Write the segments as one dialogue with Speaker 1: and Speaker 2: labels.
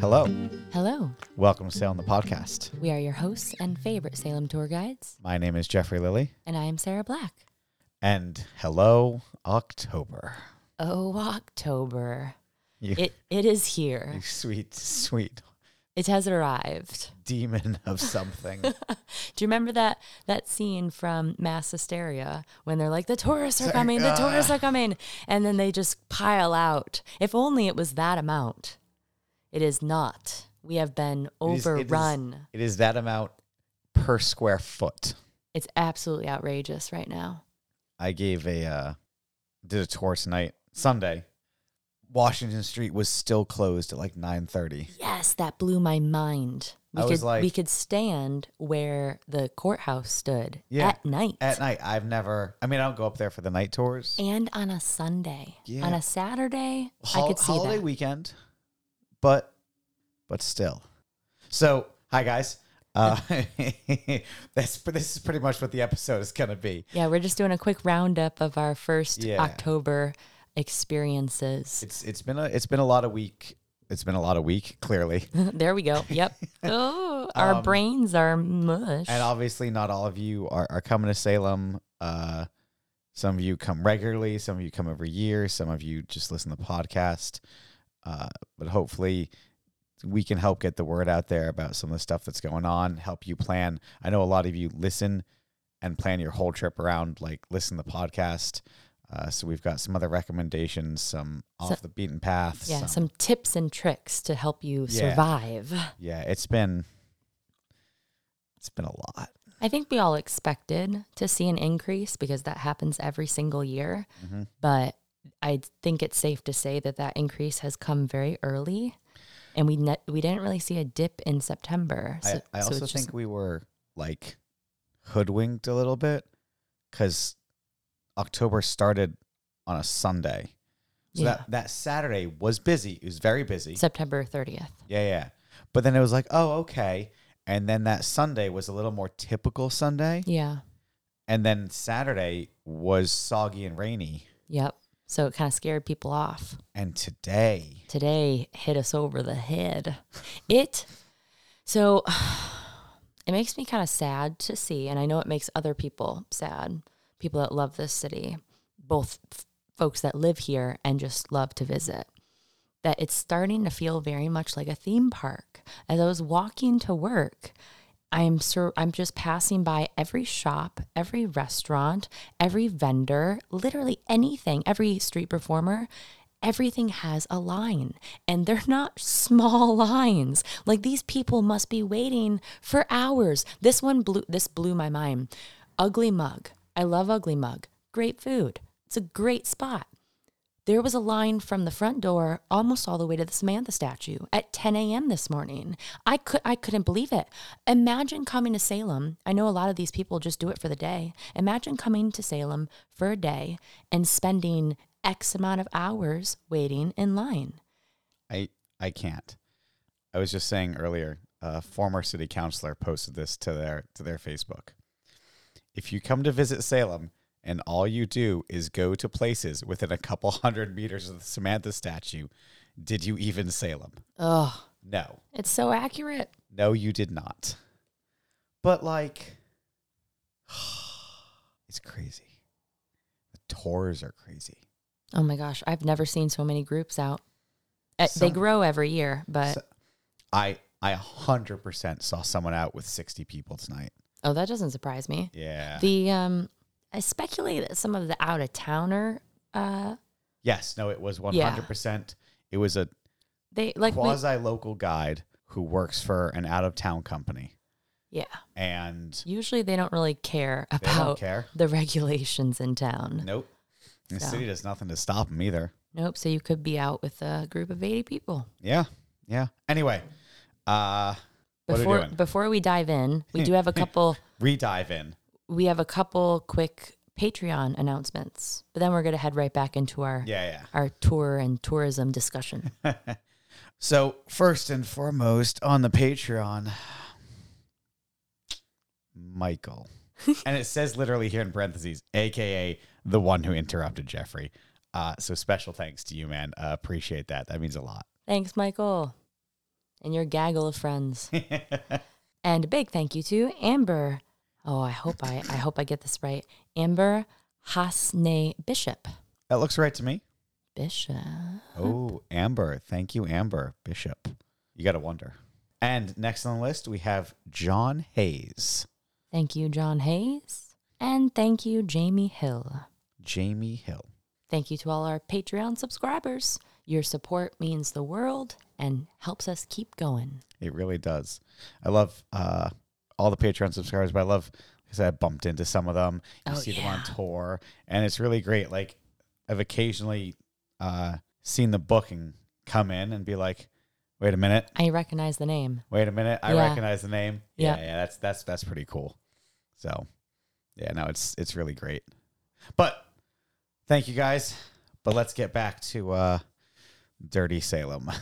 Speaker 1: Hello.
Speaker 2: Hello,
Speaker 1: Welcome to Sail on the Podcast.
Speaker 2: we are your hosts and favorite Salem tour guides,
Speaker 1: My name is Jeffrey Lilly,
Speaker 2: and I am Sarah Black.
Speaker 1: and hello, October.
Speaker 2: Oh, October.
Speaker 1: You,
Speaker 2: It, it is
Speaker 1: you
Speaker 2: here.
Speaker 1: sweet, sweet
Speaker 2: It has arrived.
Speaker 1: demon of something.
Speaker 2: Do you remember that that scene from Mass Hysteria when they're like, the tourists are coming,
Speaker 1: uh.
Speaker 2: the tourists are coming, and then they just pile out? If only it was that amount. It is not. We have been
Speaker 1: It is- it is-
Speaker 2: overrun.
Speaker 1: It is, that amount per square foot.
Speaker 2: it's absolutely outrageous right now.
Speaker 1: I gave a uh, did a tour tonight, Sunday. Washington Street was still closed at like nine thirty.
Speaker 2: Yes, that blew my mind. We
Speaker 1: I
Speaker 2: could
Speaker 1: was like-
Speaker 2: we could stand where the courthouse stood
Speaker 1: Yeah,
Speaker 2: at night.
Speaker 1: At night, I've never. I mean, I don't go up there for the night tours.
Speaker 2: and on a Sunday.
Speaker 1: Yeah.
Speaker 2: On a Saturday, I
Speaker 1: Hol-
Speaker 2: could see
Speaker 1: holiday
Speaker 2: that.
Speaker 1: weekend, but but still. So hi guys, uh, that's this is pretty much what the episode is gonna be.
Speaker 2: Yeah, we're just doing a quick roundup of our first
Speaker 1: Yeah.
Speaker 2: October experiences.
Speaker 1: It's it's been a it's been a lot of week. It's been a lot of week clearly,
Speaker 2: there we go. Yep. oh, our brains are mush.
Speaker 1: Um, and obviously not all of you are, are coming to Salem. Uh, some of you come regularly, some of you come every year, some of you just listen to the podcast. Uh, but hopefully, we can help get the word out there about some of the stuff that's going on, help you plan. I know a lot of you listen and plan your whole trip around, like listen to the podcast. Uh, so we've got some other recommendations, some off the beaten path.
Speaker 2: yeah, some tips and tricks to help you
Speaker 1: Yeah.
Speaker 2: survive.
Speaker 1: yeah, it's been it's been a lot.
Speaker 2: I think we all expected to see an increase because that happens every single year.
Speaker 1: Mm-hmm.
Speaker 2: But I think it's safe to say that that increase has come very early, and we ne- we didn't really see a dip in September.
Speaker 1: I, I also
Speaker 2: it's
Speaker 1: think
Speaker 2: just-
Speaker 1: we were like hoodwinked a little bit because October started on a Sunday. So
Speaker 2: Yeah.
Speaker 1: that, that Saturday was busy. It was very busy.
Speaker 2: September thirtieth.
Speaker 1: yeah, yeah. But then it was like, oh, okay. And then that Sunday was a little more typical Sunday.
Speaker 2: Yeah.
Speaker 1: And then Saturday was soggy and rainy.
Speaker 2: Yep. So it kind of scared people off.
Speaker 1: And today,
Speaker 2: today hit us over the head. It so it makes me kind of sad to see, and I know it makes other people sad, people that love this city, both f- folks that live here and just love to visit. That it's starting to feel very much like a theme park. As I was walking to work, I'm sur- I'm just passing by every shop, every restaurant, every vendor, literally anything, every street performer. Everything has a line, and they're not small lines. Like these people must be waiting for hours. This one blew this blew my mind. Ugly Mug. I love Ugly Mug. Great food. It's a great spot. There was a line from the front door almost all the way to the Samantha statue at 10 a.m. this morning. I could I couldn't believe it. Imagine coming to Salem. I know a lot of these people just do it for the day. Imagine coming to Salem for a day and spending X amount of hours waiting in line.
Speaker 1: I I can't. I was just saying earlier, a former city councilor posted this to their to their Facebook. If you come to visit Salem and all you do is go to places within a couple hundred meters of the Samantha statue, did you even Salem?
Speaker 2: Ugh,
Speaker 1: No.
Speaker 2: it's so accurate.
Speaker 1: No, you did not. But like it's crazy. The tours are crazy.
Speaker 2: Oh my gosh, I've never seen so many groups out. Uh, they
Speaker 1: Some-
Speaker 2: grow every year, but
Speaker 1: So- I I 100% saw someone out with 60 people tonight.
Speaker 2: oh, that doesn't surprise me.
Speaker 1: Yeah.
Speaker 2: The um, I speculate that some of the out of towner, uh,
Speaker 1: Yes, no, it was one
Speaker 2: Yeah.
Speaker 1: hundred percent. It was a
Speaker 2: they like we-
Speaker 1: quasi local guide who works for an out of town company,
Speaker 2: yeah.
Speaker 1: and
Speaker 2: Usually they don't really care
Speaker 1: they don't
Speaker 2: about
Speaker 1: care.
Speaker 2: the regulations in town.
Speaker 1: Nope, the
Speaker 2: So.
Speaker 1: city does nothing to stop them either.
Speaker 2: Nope. So you could be out with a group of eighty people.
Speaker 1: Yeah, yeah. Anyway, uh, what
Speaker 2: Before
Speaker 1: are we doing?
Speaker 2: before we dive in, we do have a couple.
Speaker 1: Redive in.
Speaker 2: we have a couple quick Patreon announcements, but then we're gonna head right back into our
Speaker 1: Yeah, yeah.
Speaker 2: our tour and tourism discussion.
Speaker 1: So, first and foremost on the Patreon, Michael. and it says literally here in parentheses, AKA the one who interrupted Jeffrey. Uh, so, special thanks to you, man. Uh, appreciate that. That means a lot.
Speaker 2: Thanks, Michael. and your gaggle of friends. and a big thank you to Amber. Oh, I hope I I hope I get this right. Amber Hasne Bishop.
Speaker 1: That looks right to me.
Speaker 2: Bishop.
Speaker 1: Oh, Amber. Thank you, Amber Bishop. You got to wonder. And next on the list, we have John Hayes.
Speaker 2: Thank you, John Hayes. And thank you, Jamie Hill.
Speaker 1: Jamie Hill.
Speaker 2: Thank you to all our Patreon subscribers. Your support means the world and helps us keep going.
Speaker 1: It really does. I love uh, all the Patreon subscribers, but I love because I bumped into some of them. You
Speaker 2: Oh,
Speaker 1: see them on
Speaker 2: yeah.
Speaker 1: tour, and it's really great. Like I've occasionally uh, seen the booking come in and be like, "Wait a minute,
Speaker 2: I recognize the name.
Speaker 1: wait a minute, I
Speaker 2: Yeah.
Speaker 1: recognize the name."
Speaker 2: Yeah.
Speaker 1: yeah, that's that's that's pretty cool. So, yeah, no, it's it's really great. But thank you guys. But let's get back to uh, Dirty Salem.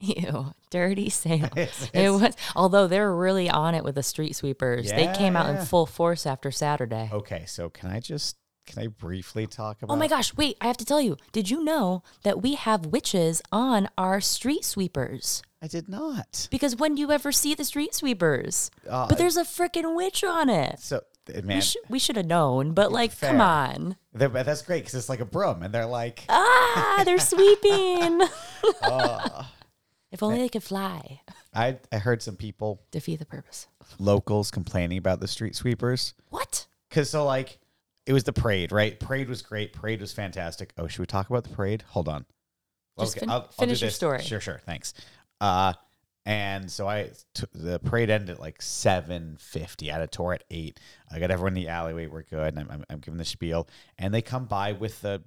Speaker 2: Ew, dirty sale.
Speaker 1: It's-
Speaker 2: it
Speaker 1: it's-
Speaker 2: was, although they're really on it with the street sweepers. They came out
Speaker 1: Yeah.
Speaker 2: in full force after Saturday. Oh,
Speaker 1: Okay, so can I just can I briefly talk about?
Speaker 2: my gosh, wait, I have to tell you. Did you know that we have witches on our street sweepers?
Speaker 1: I did not.
Speaker 2: Because when do you ever see the street sweepers?
Speaker 1: Uh,
Speaker 2: but there's a freaking witch on it.
Speaker 1: So th- man,
Speaker 2: We, sh- we should have known, but like, come
Speaker 1: Fair.
Speaker 2: on.
Speaker 1: they're- but that's great because it's like a broom, and they're like,
Speaker 2: Ah, they're sweeping.
Speaker 1: "Oh."
Speaker 2: if only they could fly.
Speaker 1: I I heard some people
Speaker 2: Defeat the purpose.
Speaker 1: locals complaining about the street sweepers
Speaker 2: What?
Speaker 1: because so like it was the parade, right? Parade was great. Parade was fantastic. Oh, should we talk about the parade? Hold on.
Speaker 2: Just fin- finish your story.
Speaker 1: Sure, sure. Thanks. Uh, and so I t- the parade ended at like seven fifty. I had a tour at eight. I got everyone in the alleyway. We're good. And I'm, I'm, I'm giving the spiel, and they come by with the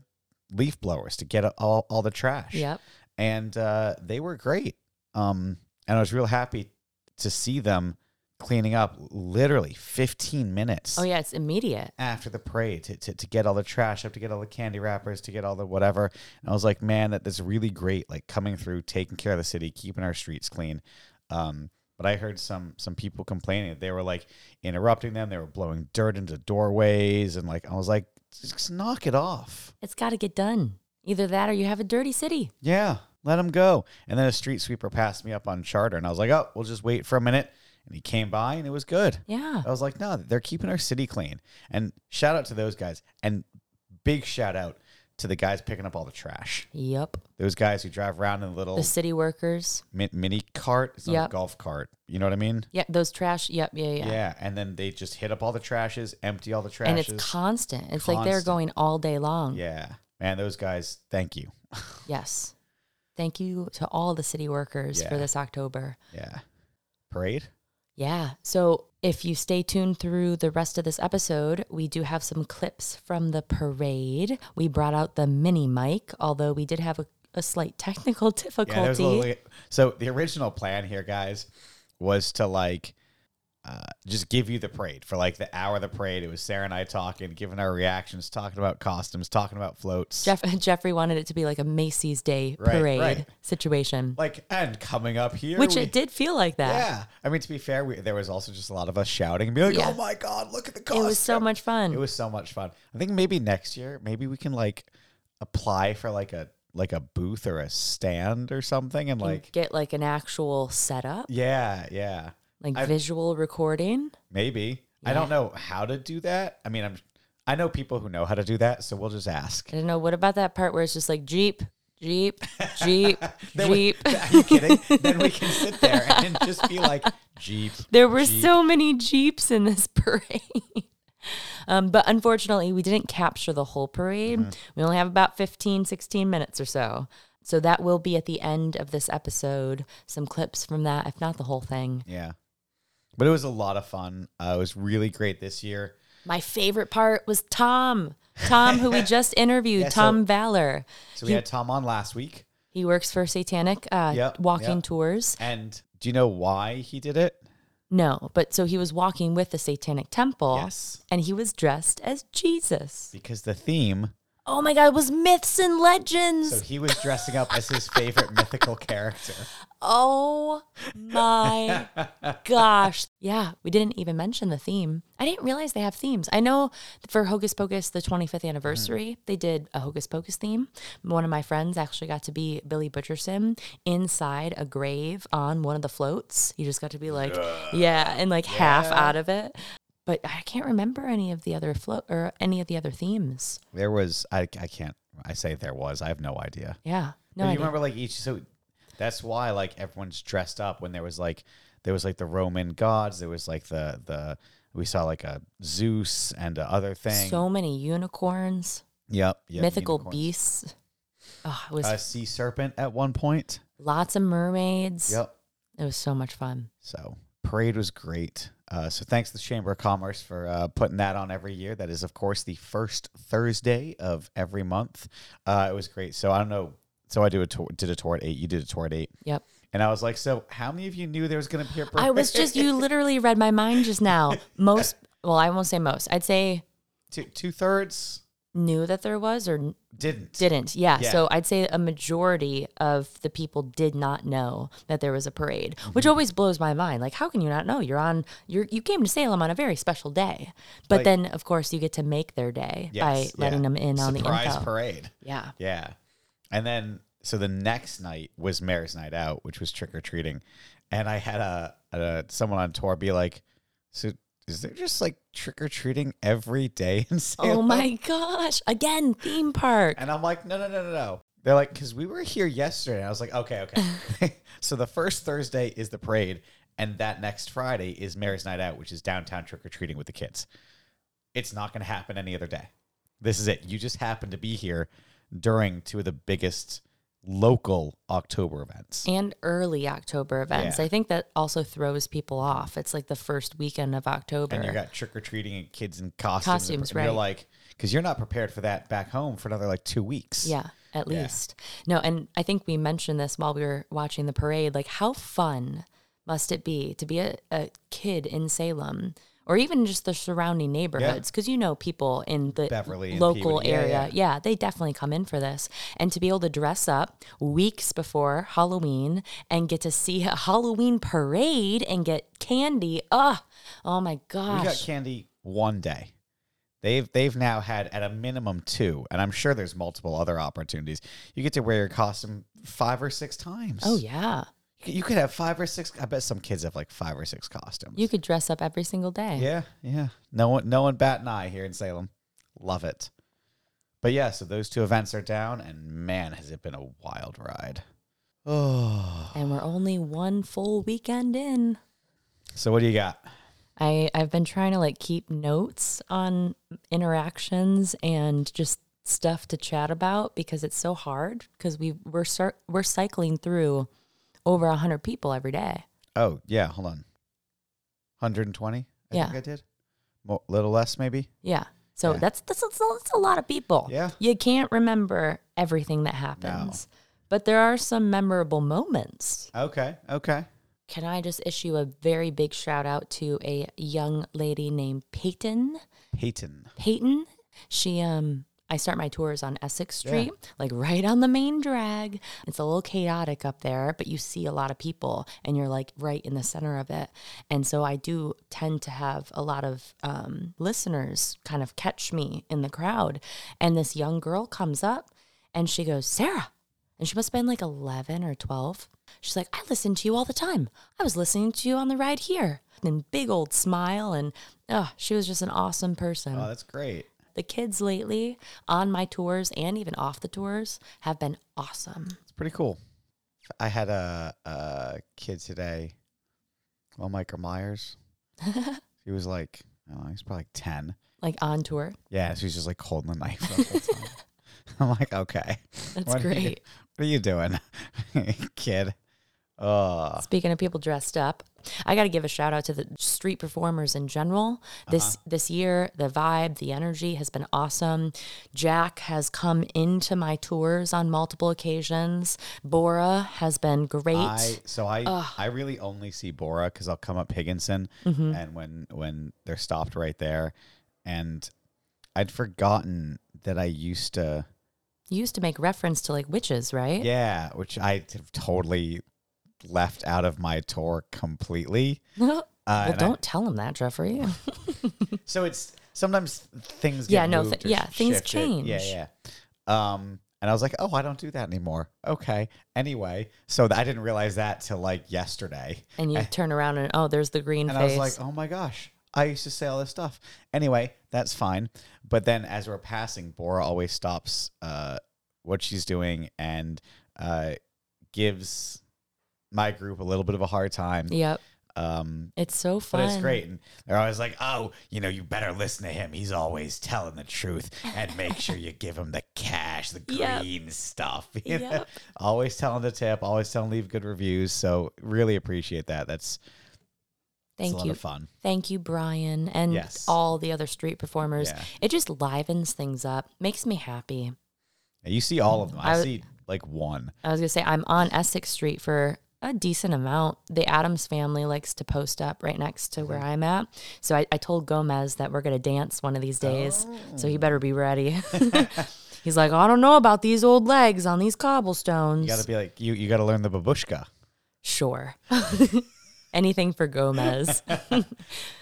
Speaker 1: leaf blowers to get all all the trash.
Speaker 2: Yep.
Speaker 1: and uh, they were great. Um, and I was real happy to see them cleaning up literally fifteen minutes
Speaker 2: Oh, yeah, it's immediate.
Speaker 1: after the parade to, to, to get all the trash up, to get all the candy wrappers, to get all the whatever. And I was like, man, that that's really great. Like coming through, taking care of the city, keeping our streets clean. Um, but I heard some some people complaining that they were like interrupting them. They were blowing dirt into doorways, and like I was like, just knock it off.
Speaker 2: It's got to get done. Either that or you have a dirty city.
Speaker 1: Yeah, let them go. And then a street sweeper passed me up on charter, and I was like, oh, we'll just wait for a minute. And he came by, and it was good.
Speaker 2: Yeah.
Speaker 1: I was like, no, they're keeping our city clean. And shout out to those guys. And big shout out to the guys picking up all the trash.
Speaker 2: Yep.
Speaker 1: Those guys who drive around in a little
Speaker 2: The city workers.
Speaker 1: mi- mini cart. It's not
Speaker 2: Yep.
Speaker 1: a golf cart. You know what I mean?
Speaker 2: Yeah, those trash. Yep. Yeah, yeah.
Speaker 1: Yeah. And then they just hit up all the trashes, empty all the trashes.
Speaker 2: And it's constant. It's like they're
Speaker 1: Constant.
Speaker 2: going all day long.
Speaker 1: yeah. Man, those guys, thank you.
Speaker 2: Yes. Thank you to all the city workers for
Speaker 1: Yeah.
Speaker 2: this October.
Speaker 1: Yeah. Parade?
Speaker 2: Yeah. So if you stay tuned through the rest of this episode, we do have some clips from the parade. We brought out the mini mic, although we did have a, a slight technical
Speaker 1: Yeah, there's a
Speaker 2: difficulty.
Speaker 1: little. So the original plan here, guys, was to like uh, just give you the parade for like the hour of the parade. It was Sarah and I talking, giving our reactions, talking about costumes, talking about floats,
Speaker 2: Jeff, Jeffrey wanted it to be like a Macy's Day
Speaker 1: Right,
Speaker 2: parade
Speaker 1: right.
Speaker 2: situation,
Speaker 1: like and coming up here,
Speaker 2: which
Speaker 1: we-
Speaker 2: it did feel like that.
Speaker 1: Yeah, I mean to be fair, we, there was also just a lot of us shouting and being like,
Speaker 2: Yeah.
Speaker 1: "Oh my god, look at the costume!"
Speaker 2: It was so much fun.
Speaker 1: It was so much fun. I think maybe next year, maybe we can like apply for like a like a booth or a stand or something, and like
Speaker 2: Get like an actual setup,
Speaker 1: yeah, yeah.
Speaker 2: like
Speaker 1: I've-
Speaker 2: visual recording.
Speaker 1: Maybe. I don't know how to do that. I mean, I'm I know people who know how to do that, so we'll just ask.
Speaker 2: I don't know. What about that part where it's just like Jeep, Jeep, Jeep,
Speaker 1: Then we-
Speaker 2: Jeep?
Speaker 1: Are you kidding? then we can sit there and just be like, Jeep.
Speaker 2: There were
Speaker 1: Jeep.
Speaker 2: so many Jeeps in this parade. Um, but unfortunately, we didn't capture the whole parade.
Speaker 1: Uh-huh.
Speaker 2: We only have about 15, 16 minutes or so. So that will be at the end of this episode. Some clips from that, if not the whole thing.
Speaker 1: Yeah. But it was a lot of fun. Uh, it was really great this year.
Speaker 2: My favorite part was Tom. Tom, who we just interviewed,
Speaker 1: Yeah, so-
Speaker 2: Tom Valor.
Speaker 1: So we had Tom on last week.
Speaker 2: He works for Satanic uh,
Speaker 1: Yep,
Speaker 2: walking
Speaker 1: yep.
Speaker 2: tours.
Speaker 1: And do you know why he did it?
Speaker 2: No, but so he was walking with the Satanic Temple
Speaker 1: Yes.
Speaker 2: and he was dressed as Jesus.
Speaker 1: Because the theme
Speaker 2: Oh my God, it was myths and legends.
Speaker 1: So he was dressing up as his favorite mythical character.
Speaker 2: Oh my gosh. Yeah, we didn't even mention the theme. I didn't realize they have themes. I know for Hocus Pocus, the 25th anniversary,
Speaker 1: Mm.
Speaker 2: they did a Hocus Pocus theme. One of my friends actually got to be Billy Butcherson inside a grave on one of the floats. You just got to be like, yeah, and like half out of it. But I can't remember any of the other float or any of the other themes.
Speaker 1: There was I I can't I say there was I have no idea.
Speaker 2: Yeah.
Speaker 1: But
Speaker 2: No,
Speaker 1: you
Speaker 2: idea.
Speaker 1: remember like each so that's why like everyone's dressed up when there was like there was like the Roman gods there was like the the we saw like a Zeus and a other thing.
Speaker 2: so many unicorns,
Speaker 1: yep, yep,
Speaker 2: mythical
Speaker 1: unicorns.
Speaker 2: beasts. Oh, it was
Speaker 1: a sea serpent at one point.
Speaker 2: lots of mermaids.
Speaker 1: Yep.
Speaker 2: It was so much fun.
Speaker 1: So parade was great. Uh, so thanks to the Chamber of Commerce for uh, putting that on every year. That is, of course, the first Thursday of every month. Uh, it was great. So I don't know. So I do a tour, did a tour at eight. You did a tour at eight,
Speaker 2: Yep.
Speaker 1: and I was like, so how many of you knew there was going to be a parade?
Speaker 2: I was just, you literally read my mind just now. Most, well, I won't say most. I'd say
Speaker 1: two two thirds
Speaker 2: knew that there was or n-
Speaker 1: didn't.
Speaker 2: didn't. Yeah.
Speaker 1: Yeah.
Speaker 2: So I'd say a majority of the people did not know that there was a parade, which
Speaker 1: Mm-hmm.
Speaker 2: always blows my mind. Like, how can you not know? You're on, you're, you came to Salem on a very special day. But
Speaker 1: Like-
Speaker 2: then, of course, you get to make their day
Speaker 1: Yes,
Speaker 2: by letting
Speaker 1: yeah.
Speaker 2: them in on
Speaker 1: surprise
Speaker 2: the info.
Speaker 1: parade.
Speaker 2: yeah.
Speaker 1: Yeah. And then so the next night was Mayor's Night Out, which was trick or treating, and I had a, a someone on tour be like, "So is there just like trick or treating every day in Salem?"
Speaker 2: Oh my gosh. Again, theme park.
Speaker 1: And I'm like, "No, no, no, no, no." They're like, "Cause we were here yesterday." And I was like, "Okay, okay." so the first Thursday is the parade, and that next Friday is Mayor's Night Out, which is downtown trick or treating with the kids. It's not going to happen any other day. This is it. You just happen to be here during two of the biggest local October events.
Speaker 2: and early October events.
Speaker 1: Yeah.
Speaker 2: I think that also throws people off. It's like the first weekend of October.
Speaker 1: And you got trick or treating and kids in costumes.
Speaker 2: Costumes,
Speaker 1: and you're
Speaker 2: right.
Speaker 1: like, because you're not prepared for that back home for another like two weeks.
Speaker 2: yeah, at least. No, and I think we mentioned this while we were watching the parade. Like, how fun must it be to be a, a kid in Salem? Or even just the surrounding neighborhoods, because you know people in the
Speaker 1: Beverly and
Speaker 2: local
Speaker 1: Peabody. Yeah,
Speaker 2: area.
Speaker 1: yeah.
Speaker 2: yeah, they definitely come in for this. And to be able to dress up weeks before Halloween and get to see a Halloween parade and get candy. Ugh. Oh my gosh.
Speaker 1: We got candy one day. They've they've now had at a minimum two, and I'm sure there's multiple other opportunities. You get to wear your costume five or six times.
Speaker 2: Oh
Speaker 1: yeah.
Speaker 2: yeah.
Speaker 1: you could have five or six. I bet some kids have like five or six costumes.
Speaker 2: You could dress up every single day.
Speaker 1: yeah, yeah. No one, no one bat an eye here in Salem. Love it. But yeah, so those two events are down, and man, has it been a wild ride. Oh,
Speaker 2: And we're only one full weekend in.
Speaker 1: so what do you got?
Speaker 2: I I've been trying to like keep notes on interactions and just stuff to chat about because it's so hard because we we're cir- we're cycling through over 100 people every day.
Speaker 1: Oh yeah, hold on. Hundred and twenty. I
Speaker 2: Yeah.
Speaker 1: think I did. Mo- little less maybe.
Speaker 2: Yeah. So
Speaker 1: Yeah.
Speaker 2: that's that's that's a, that's a lot of people.
Speaker 1: Yeah.
Speaker 2: You can't remember everything that happens. But there are some memorable moments.
Speaker 1: Okay. Okay.
Speaker 2: can I just issue a very big shout out to a young lady named Peyton?
Speaker 1: Peyton.
Speaker 2: Peyton, she um I start my tours on Essex Street, like right on the main drag. It's a little chaotic up there, but you see a lot of people and you're like right in the center of it. And so I do tend to have a lot of um, listeners kind of catch me in the crowd. And this young girl comes up and she goes, Sarah, and she must have been like 11 or 12. She's like, I listen to you all the time. I was listening to you on the ride here. And big old smile. And oh, she was just an awesome person.
Speaker 1: Oh, that's great.
Speaker 2: the kids lately on my tours and even off the tours have been awesome.
Speaker 1: It's pretty cool. I had a, a kid today, well, Michael Myers. he was like, I don't know, he's probably like 10.
Speaker 2: Like on tour.
Speaker 1: Yeah, so he's just like holding the knife the whole time. I'm like, okay.
Speaker 2: That's
Speaker 1: What are you-
Speaker 2: great.
Speaker 1: What are you doing, kid? Oh,
Speaker 2: Speaking of people dressed up, I got to give a shout out to the street performers in general. This
Speaker 1: Uh-huh.
Speaker 2: this year, the vibe, the energy has been awesome. Jack has come into my tours on multiple occasions. Bora has been great.
Speaker 1: I so I I really only see Bora because I'll come up Higginson and when when they're stopped right there, and I'd forgotten that I used to,
Speaker 2: You used to make reference to like witches, right?
Speaker 1: yeah, which I t- totally left out of my tour completely.
Speaker 2: well,
Speaker 1: Uh, and I-
Speaker 2: don't tell him that, Jeffrey.
Speaker 1: so it's sometimes things. Get
Speaker 2: Yeah, no,
Speaker 1: moved
Speaker 2: thi-
Speaker 1: or
Speaker 2: yeah, things
Speaker 1: shifted. Yeah,
Speaker 2: change.
Speaker 1: yeah. Um, and I was like, oh, I don't do that anymore. Okay. Anyway, so th- I didn't realize that till like yesterday,
Speaker 2: and you turn around and oh, there's the green
Speaker 1: and I
Speaker 2: face.
Speaker 1: was like, oh my gosh, I used to say all this stuff. Anyway, that's fine. But then as we're passing, Bora always stops uh, what she's doing and uh, gives my group a little bit of a hard time.
Speaker 2: yep,
Speaker 1: Um,
Speaker 2: it's so
Speaker 1: but
Speaker 2: fun.
Speaker 1: it's great. And they're always like, oh, you know, you better listen to him. He's always telling the truth and make sure you give him the cash, the
Speaker 2: Yep.
Speaker 1: green stuff. you know?
Speaker 2: Yep.
Speaker 1: Always telling the tip, always telling leave good reviews. So really appreciate that. That's, that's a
Speaker 2: Thank
Speaker 1: lot
Speaker 2: you,
Speaker 1: of fun.
Speaker 2: thank you, Brian, and
Speaker 1: Yes.
Speaker 2: all the other street performers.
Speaker 1: Yeah.
Speaker 2: It just livens things up, makes me happy.
Speaker 1: And you see all of them.
Speaker 2: Mm. I
Speaker 1: I,
Speaker 2: w-
Speaker 1: see like one.
Speaker 2: I was gonna say I'm on Essex Street for a decent amount. The Adams family likes to post up right next to where
Speaker 1: Mm-hmm.
Speaker 2: I'm at. So I, I told Gomez that we're gonna dance one of these days.
Speaker 1: Oh.
Speaker 2: So he better be ready. He's like, I don't know about these old legs on these
Speaker 1: You
Speaker 2: cobblestones.
Speaker 1: got to be like, you, you got to learn the babushka.
Speaker 2: Sure. Anything for Gomez.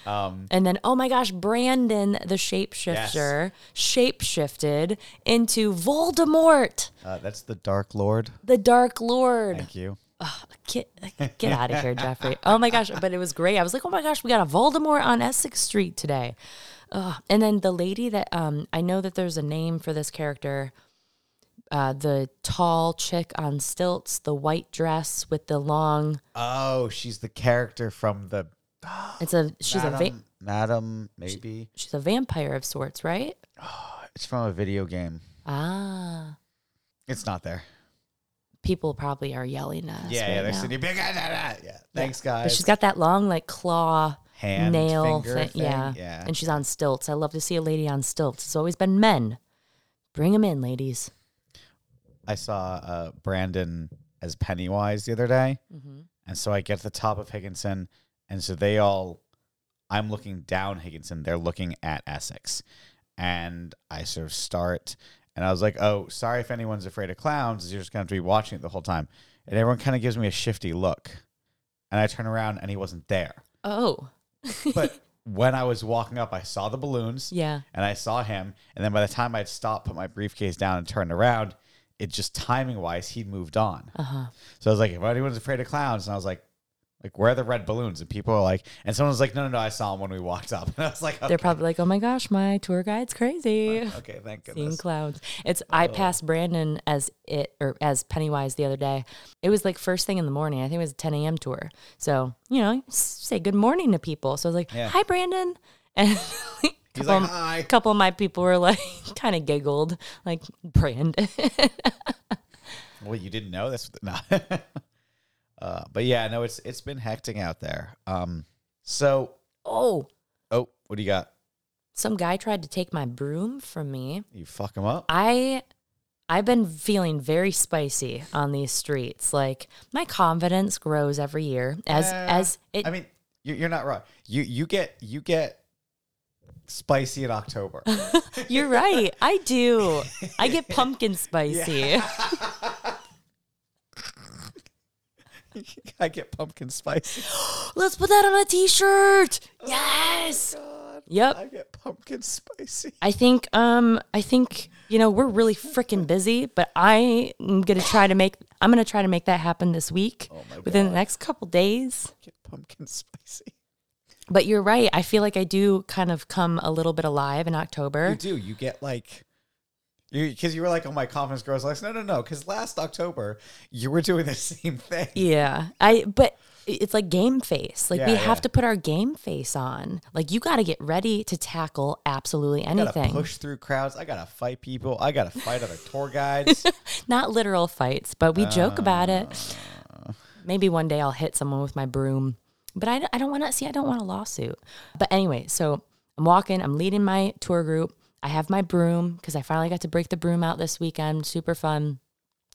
Speaker 1: Um,
Speaker 2: and then, oh my gosh, Brandon, the shapeshifter, shapeshifted into Voldemort,
Speaker 1: Uh, that's the Dark Lord.
Speaker 2: the Dark Lord.
Speaker 1: Thank you.
Speaker 2: Get, get out of here, Jeffrey. Oh my gosh. But it was great. I was like, oh my gosh, we got a Voldemort on Essex Street today. Ugh. And then the lady that um, I know that there's a name for this character. Uh, the tall chick on stilts, the white dress with the long.
Speaker 1: Oh, she's the character from the.
Speaker 2: It's a she's a va-
Speaker 1: Madam, Madam, maybe.
Speaker 2: she's a vampire of sorts, right?
Speaker 1: It's from a video game.
Speaker 2: Ah,
Speaker 1: It's not there.
Speaker 2: people probably are yelling at us.
Speaker 1: Yeah,
Speaker 2: right
Speaker 1: yeah, they're
Speaker 2: now.
Speaker 1: sitting big. ah, ah, ah. Yeah, thanks,
Speaker 2: But
Speaker 1: guys.
Speaker 2: she's got that long like claw
Speaker 1: Hand,
Speaker 2: nail
Speaker 1: finger
Speaker 2: thing, yeah,
Speaker 1: yeah.
Speaker 2: and she's on stilts. I love to see a lady on stilts. It's always been men. Bring them in, ladies.
Speaker 1: I saw uh, Brandon as Pennywise the other day, and so I get to the top of Higginson, and so they all, I'm looking down Higginson, they're looking at Essex, and I sort of start, and I was like, oh, sorry if anyone's afraid of clowns, you're just gonna have to be watching it the whole time, and everyone kind of gives me a shifty look, and I turn around and he wasn't there,
Speaker 2: Oh,
Speaker 1: but. When I was walking up, I saw the balloons.
Speaker 2: yeah.
Speaker 1: and I saw him. And then by the time I'd stopped, put my briefcase down, and turned around, it just timing wise, he'd moved on.
Speaker 2: Uh huh.
Speaker 1: So I was like, if anyone's afraid of clowns, and I was like, like where are the red balloons? And people are like, and someone was like, no, no, no, I saw him when we walked up. And I was like, okay,
Speaker 2: They're probably like, oh my gosh, my tour guide's crazy.
Speaker 1: okay thank
Speaker 2: Seeing
Speaker 1: goodness.
Speaker 2: clouds. It's
Speaker 1: Oh.
Speaker 2: I passed Brandon as it or as Pennywise the other day. It was like first thing in the morning. I think it was a 10 a.m. tour. So you know, s- say good morning to people. So I was like,
Speaker 1: Yeah.
Speaker 2: "Hi, Brandon," and a
Speaker 1: He's
Speaker 2: couple,
Speaker 1: like, hi.
Speaker 2: couple of my people were like, kind of giggled, like Brandon.
Speaker 1: Well, you didn't know this, no. uh, but yeah, no, it's it's been hectic out there. Um, so
Speaker 2: oh,
Speaker 1: oh, what do you got?
Speaker 2: some guy tried to take my broom from me.
Speaker 1: You fuck him up.
Speaker 2: I I've been feeling very spicy on these streets. Like my confidence grows every year as
Speaker 1: Yeah.
Speaker 2: as it
Speaker 1: I mean, you're, you're not wrong. You you get you get spicy in October.
Speaker 2: You're right. I do. I get pumpkin spicy.
Speaker 1: I get pumpkin spicy.
Speaker 2: Let's put that on a t-shirt. Yes.
Speaker 1: God,
Speaker 2: Yep.
Speaker 1: I get pumpkin spicy.
Speaker 2: I think um I think you know we're really freaking busy, but I am going to try to make I'm going to try to make that happen this week
Speaker 1: Oh my
Speaker 2: within the next couple days.
Speaker 1: I get pumpkin spicy.
Speaker 2: But you're right. I feel like I do kind of come a little bit alive in
Speaker 1: You
Speaker 2: October.
Speaker 1: do. You get like. you Because you were like, oh, my confidence grows less. No, no, no. Because last October, you were doing the same thing.
Speaker 2: Yeah. I but it's like game face. Like we
Speaker 1: Yeah,
Speaker 2: have
Speaker 1: yeah.
Speaker 2: to put our game face on. Like you got to get ready to tackle absolutely
Speaker 1: I gotta
Speaker 2: anything.
Speaker 1: push through crowds. I gotta fight people. I gotta fight other tour guides.
Speaker 2: Not literal fights, but we joke about it. Maybe one day I'll hit someone with my broom, but I, I don't want to see, I don't want a lawsuit. But anyway, so I'm walking, I'm leading my tour group. I have my broom because I finally got to break the broom out this weekend. Super fun.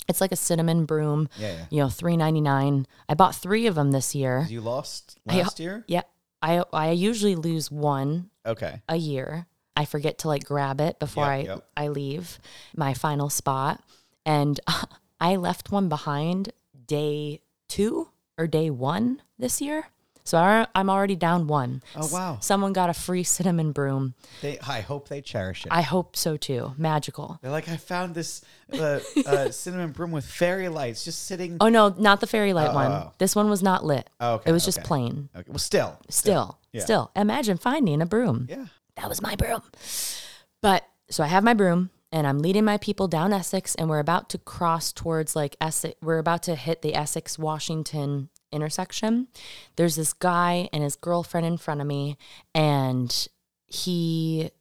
Speaker 2: It's like a cinnamon broom.
Speaker 1: Yeah, yeah.
Speaker 2: You know, three ninety nine. I bought three of them this year.
Speaker 1: you lost
Speaker 2: I-
Speaker 1: last year.
Speaker 2: Yeah, I I usually lose one
Speaker 1: Okay.
Speaker 2: a year. I forget to like grab it before
Speaker 1: Yep,
Speaker 2: I
Speaker 1: yep.
Speaker 2: I leave my final spot, and I left one behind day two or day one this year. So I- I'm already down one.
Speaker 1: Oh, wow.
Speaker 2: Someone got a free cinnamon broom.
Speaker 1: They, I hope they cherish it.
Speaker 2: I hope so too. Magical.
Speaker 1: They're like, I found this uh, uh, cinnamon broom with fairy lights just sitting.
Speaker 2: Oh no, not the fairy light
Speaker 1: Oh,
Speaker 2: one.
Speaker 1: oh.
Speaker 2: This one was not lit.
Speaker 1: Oh, okay,
Speaker 2: It was just
Speaker 1: okay.
Speaker 2: plain.
Speaker 1: Okay, well, still.
Speaker 2: Still,
Speaker 1: Yeah.
Speaker 2: still. Imagine finding a broom.
Speaker 1: Yeah.
Speaker 2: That was my broom. But so I have my broom and I'm leading my people down Essex and we're about to cross towards like Essex. We're about to hit the Essex Washington intersection. There's this guy and his girlfriend in front of me and he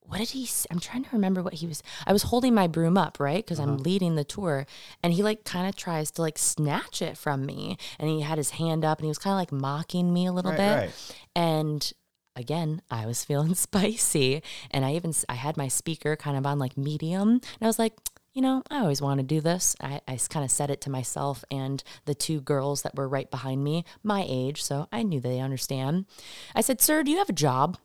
Speaker 2: what did he s- i'm trying to remember what he was i was holding my broom up right because
Speaker 1: Uh-huh.
Speaker 2: i'm leading the tour and he like kind of tries to like snatch it from me and he had his hand up and he was kind of like mocking me a little
Speaker 1: Right,
Speaker 2: bit
Speaker 1: right.
Speaker 2: and again i was feeling spicy and i even s- i had my speaker kind of on like medium and i was like you know i always want to do this i, I kind of said it to myself and the two girls that were right behind me my age so i knew they understand i said sir do you have a job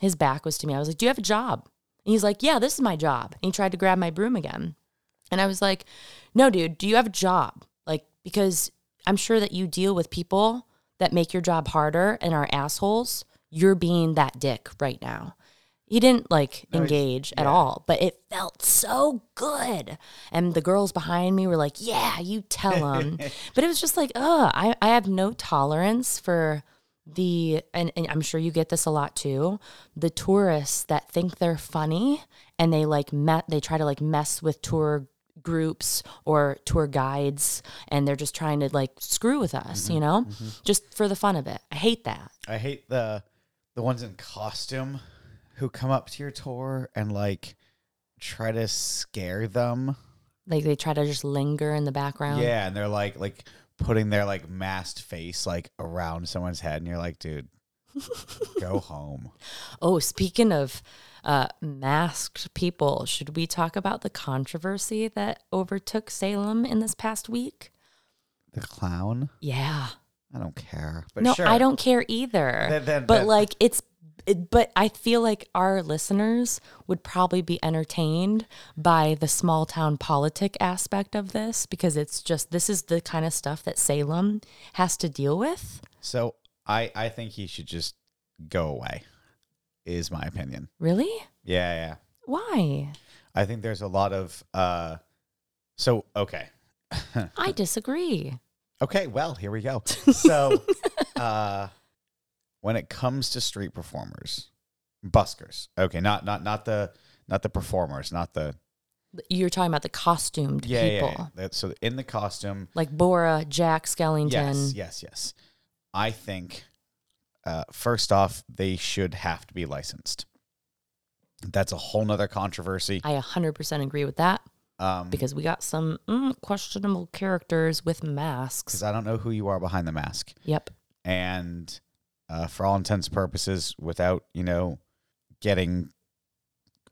Speaker 2: his back was to me. I was like, Do you have a job? And he's like, Yeah, this is my job. And he tried to grab my broom again. And I was like, No, dude, do you have a job? Like, because I'm sure that you deal with people that make your job harder and are assholes. You're being that dick right now. He didn't like
Speaker 1: No, it's-
Speaker 2: engage at
Speaker 1: yeah.
Speaker 2: all, but it felt so good. And the girls behind me were like, Yeah, you tell him. but it was just like, Ugh, I, I have no tolerance for the and, and I'm sure you get this a lot too. The tourists that think they're funny and they like met they try to like mess with tour groups or tour guides and they're just trying to like screw with us, you know? Just for the fun of it. I hate that.
Speaker 1: I hate the the ones in costume who come up to your tour and like try to scare them.
Speaker 2: Like they try to just linger in the background.
Speaker 1: Yeah, and they're like like putting their like masked face like around someone's head, and you're like, dude, go home.
Speaker 2: Oh, speaking of uh, masked people, should we talk about the controversy that overtook Salem in this past week?
Speaker 1: The clown.
Speaker 2: Yeah.
Speaker 1: I don't care. But
Speaker 2: no,
Speaker 1: sure.
Speaker 2: I don't care either.
Speaker 1: Then- then-
Speaker 2: but
Speaker 1: then-
Speaker 2: like it's it- but I feel like our listeners would probably be entertained by the small town politic aspect of this because it's just this is the kind of stuff that Salem has to deal with.
Speaker 1: So I I think he should just go away. Is my opinion.
Speaker 2: Really?
Speaker 1: Yeah, yeah.
Speaker 2: Why?
Speaker 1: I think there's a lot of uh so okay.
Speaker 2: I disagree.
Speaker 1: Okay, well, here we go. So uh when it comes to street performers, buskers. Okay, not not not the not the performers, not the
Speaker 2: You're talking about the costumed
Speaker 1: yeah, yeah,
Speaker 2: people.
Speaker 1: yeah. That- so in the costume.
Speaker 2: Like Bora, Jack Skellington.
Speaker 1: Yes, yes, yes. I think uh first off, they should have to be licensed. That's a whole nother controversy.
Speaker 2: I 100% agree with that
Speaker 1: Um
Speaker 2: because we got some mm, questionable characters with masks.
Speaker 1: because I don't know who you are behind the mask.
Speaker 2: Yep.
Speaker 1: and uh, for all intents and purposes, without you know getting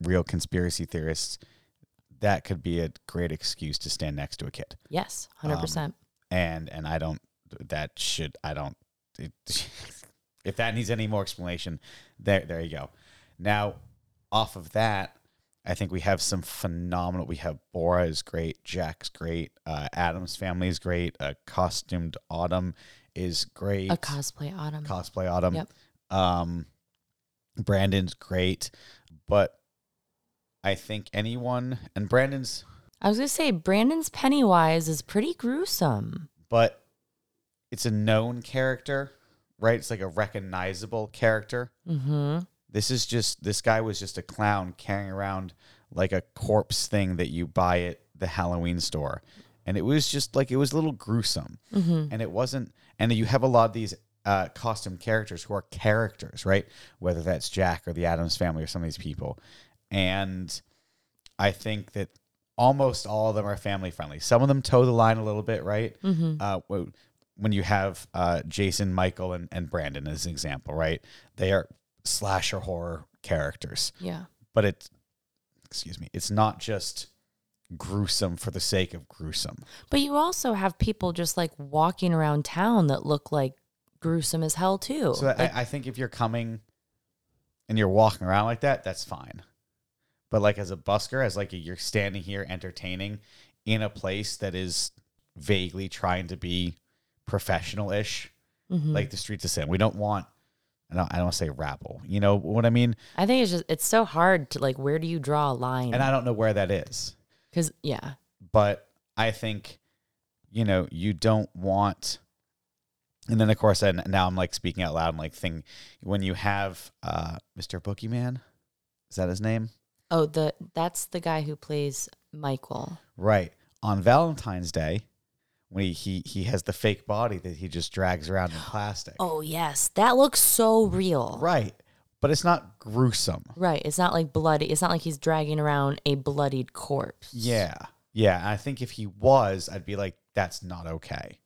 Speaker 1: real conspiracy theorists, that could be a great excuse to stand next to a kid.
Speaker 2: Yes,
Speaker 1: Um,
Speaker 2: 100%.
Speaker 1: And and I don't that should I don't it, if that needs any more explanation, there there you go. Now off of that. I think we have some phenomenal. We have Bora is great, Jack's great, uh, Adam's family is great, uh, costumed Autumn is great
Speaker 2: A cosplay autumn.
Speaker 1: cosplay autumn.
Speaker 2: Yep.
Speaker 1: Um, Brandon's great, but I think anyone and Brandon's,
Speaker 2: I was gonna say Brandon's Pennywise is pretty gruesome.
Speaker 1: but it's a known character, right? It's like a recognizable character.
Speaker 2: Mm-hmm.
Speaker 1: This is just this guy was just a clown carrying around like a corpse thing that you buy at the Halloween store. And it was just like it was a little gruesome.
Speaker 2: Mm-hmm.
Speaker 1: and it wasn't and you have a lot of these uh, costume characters who are characters right whether that's jack or the adams family or some of these people and i think that almost all of them are family friendly some of them toe the line a little bit right
Speaker 2: Mm-hmm.
Speaker 1: uh, w- when you have uh, jason michael and, and brandon as an example right they are slasher horror characters
Speaker 2: Yeah.
Speaker 1: but it's excuse me it's not just gruesome for the sake of gruesome
Speaker 2: But you also have people just like walking around town that look like gruesome as hell too.
Speaker 1: So I
Speaker 2: Like,
Speaker 1: I think if you're coming, and you're walking around like that, that's fine. But like as a busker, as like you're standing here entertaining in a place that is vaguely trying to be professional ish,
Speaker 2: Mhm.
Speaker 1: like the streets of Salem. We don't want, I don't, I don't wanna say rabble. You know what I mean?
Speaker 2: I think it's just it's so hard to like where do you draw a line?
Speaker 1: And I don't know where that is.
Speaker 2: Because yeah,
Speaker 1: but I think you know you don't want. And then of course, and now I'm like speaking out loud. I'm like, thing when you have uh, Mr. Boogeyman, is that his name?
Speaker 2: oh the that's the guy who plays Michael.
Speaker 1: Right on Valentine's Day, when he he, he has the fake body that he just drags around in plastic.
Speaker 2: Oh yes, that looks so real.
Speaker 1: Right, but it's not gruesome.
Speaker 2: Right. It's not like bloody. It's not like he's dragging around a bloodied corpse.
Speaker 1: Yeah, yeah. and I think if he was, I'd be like, that's not okay.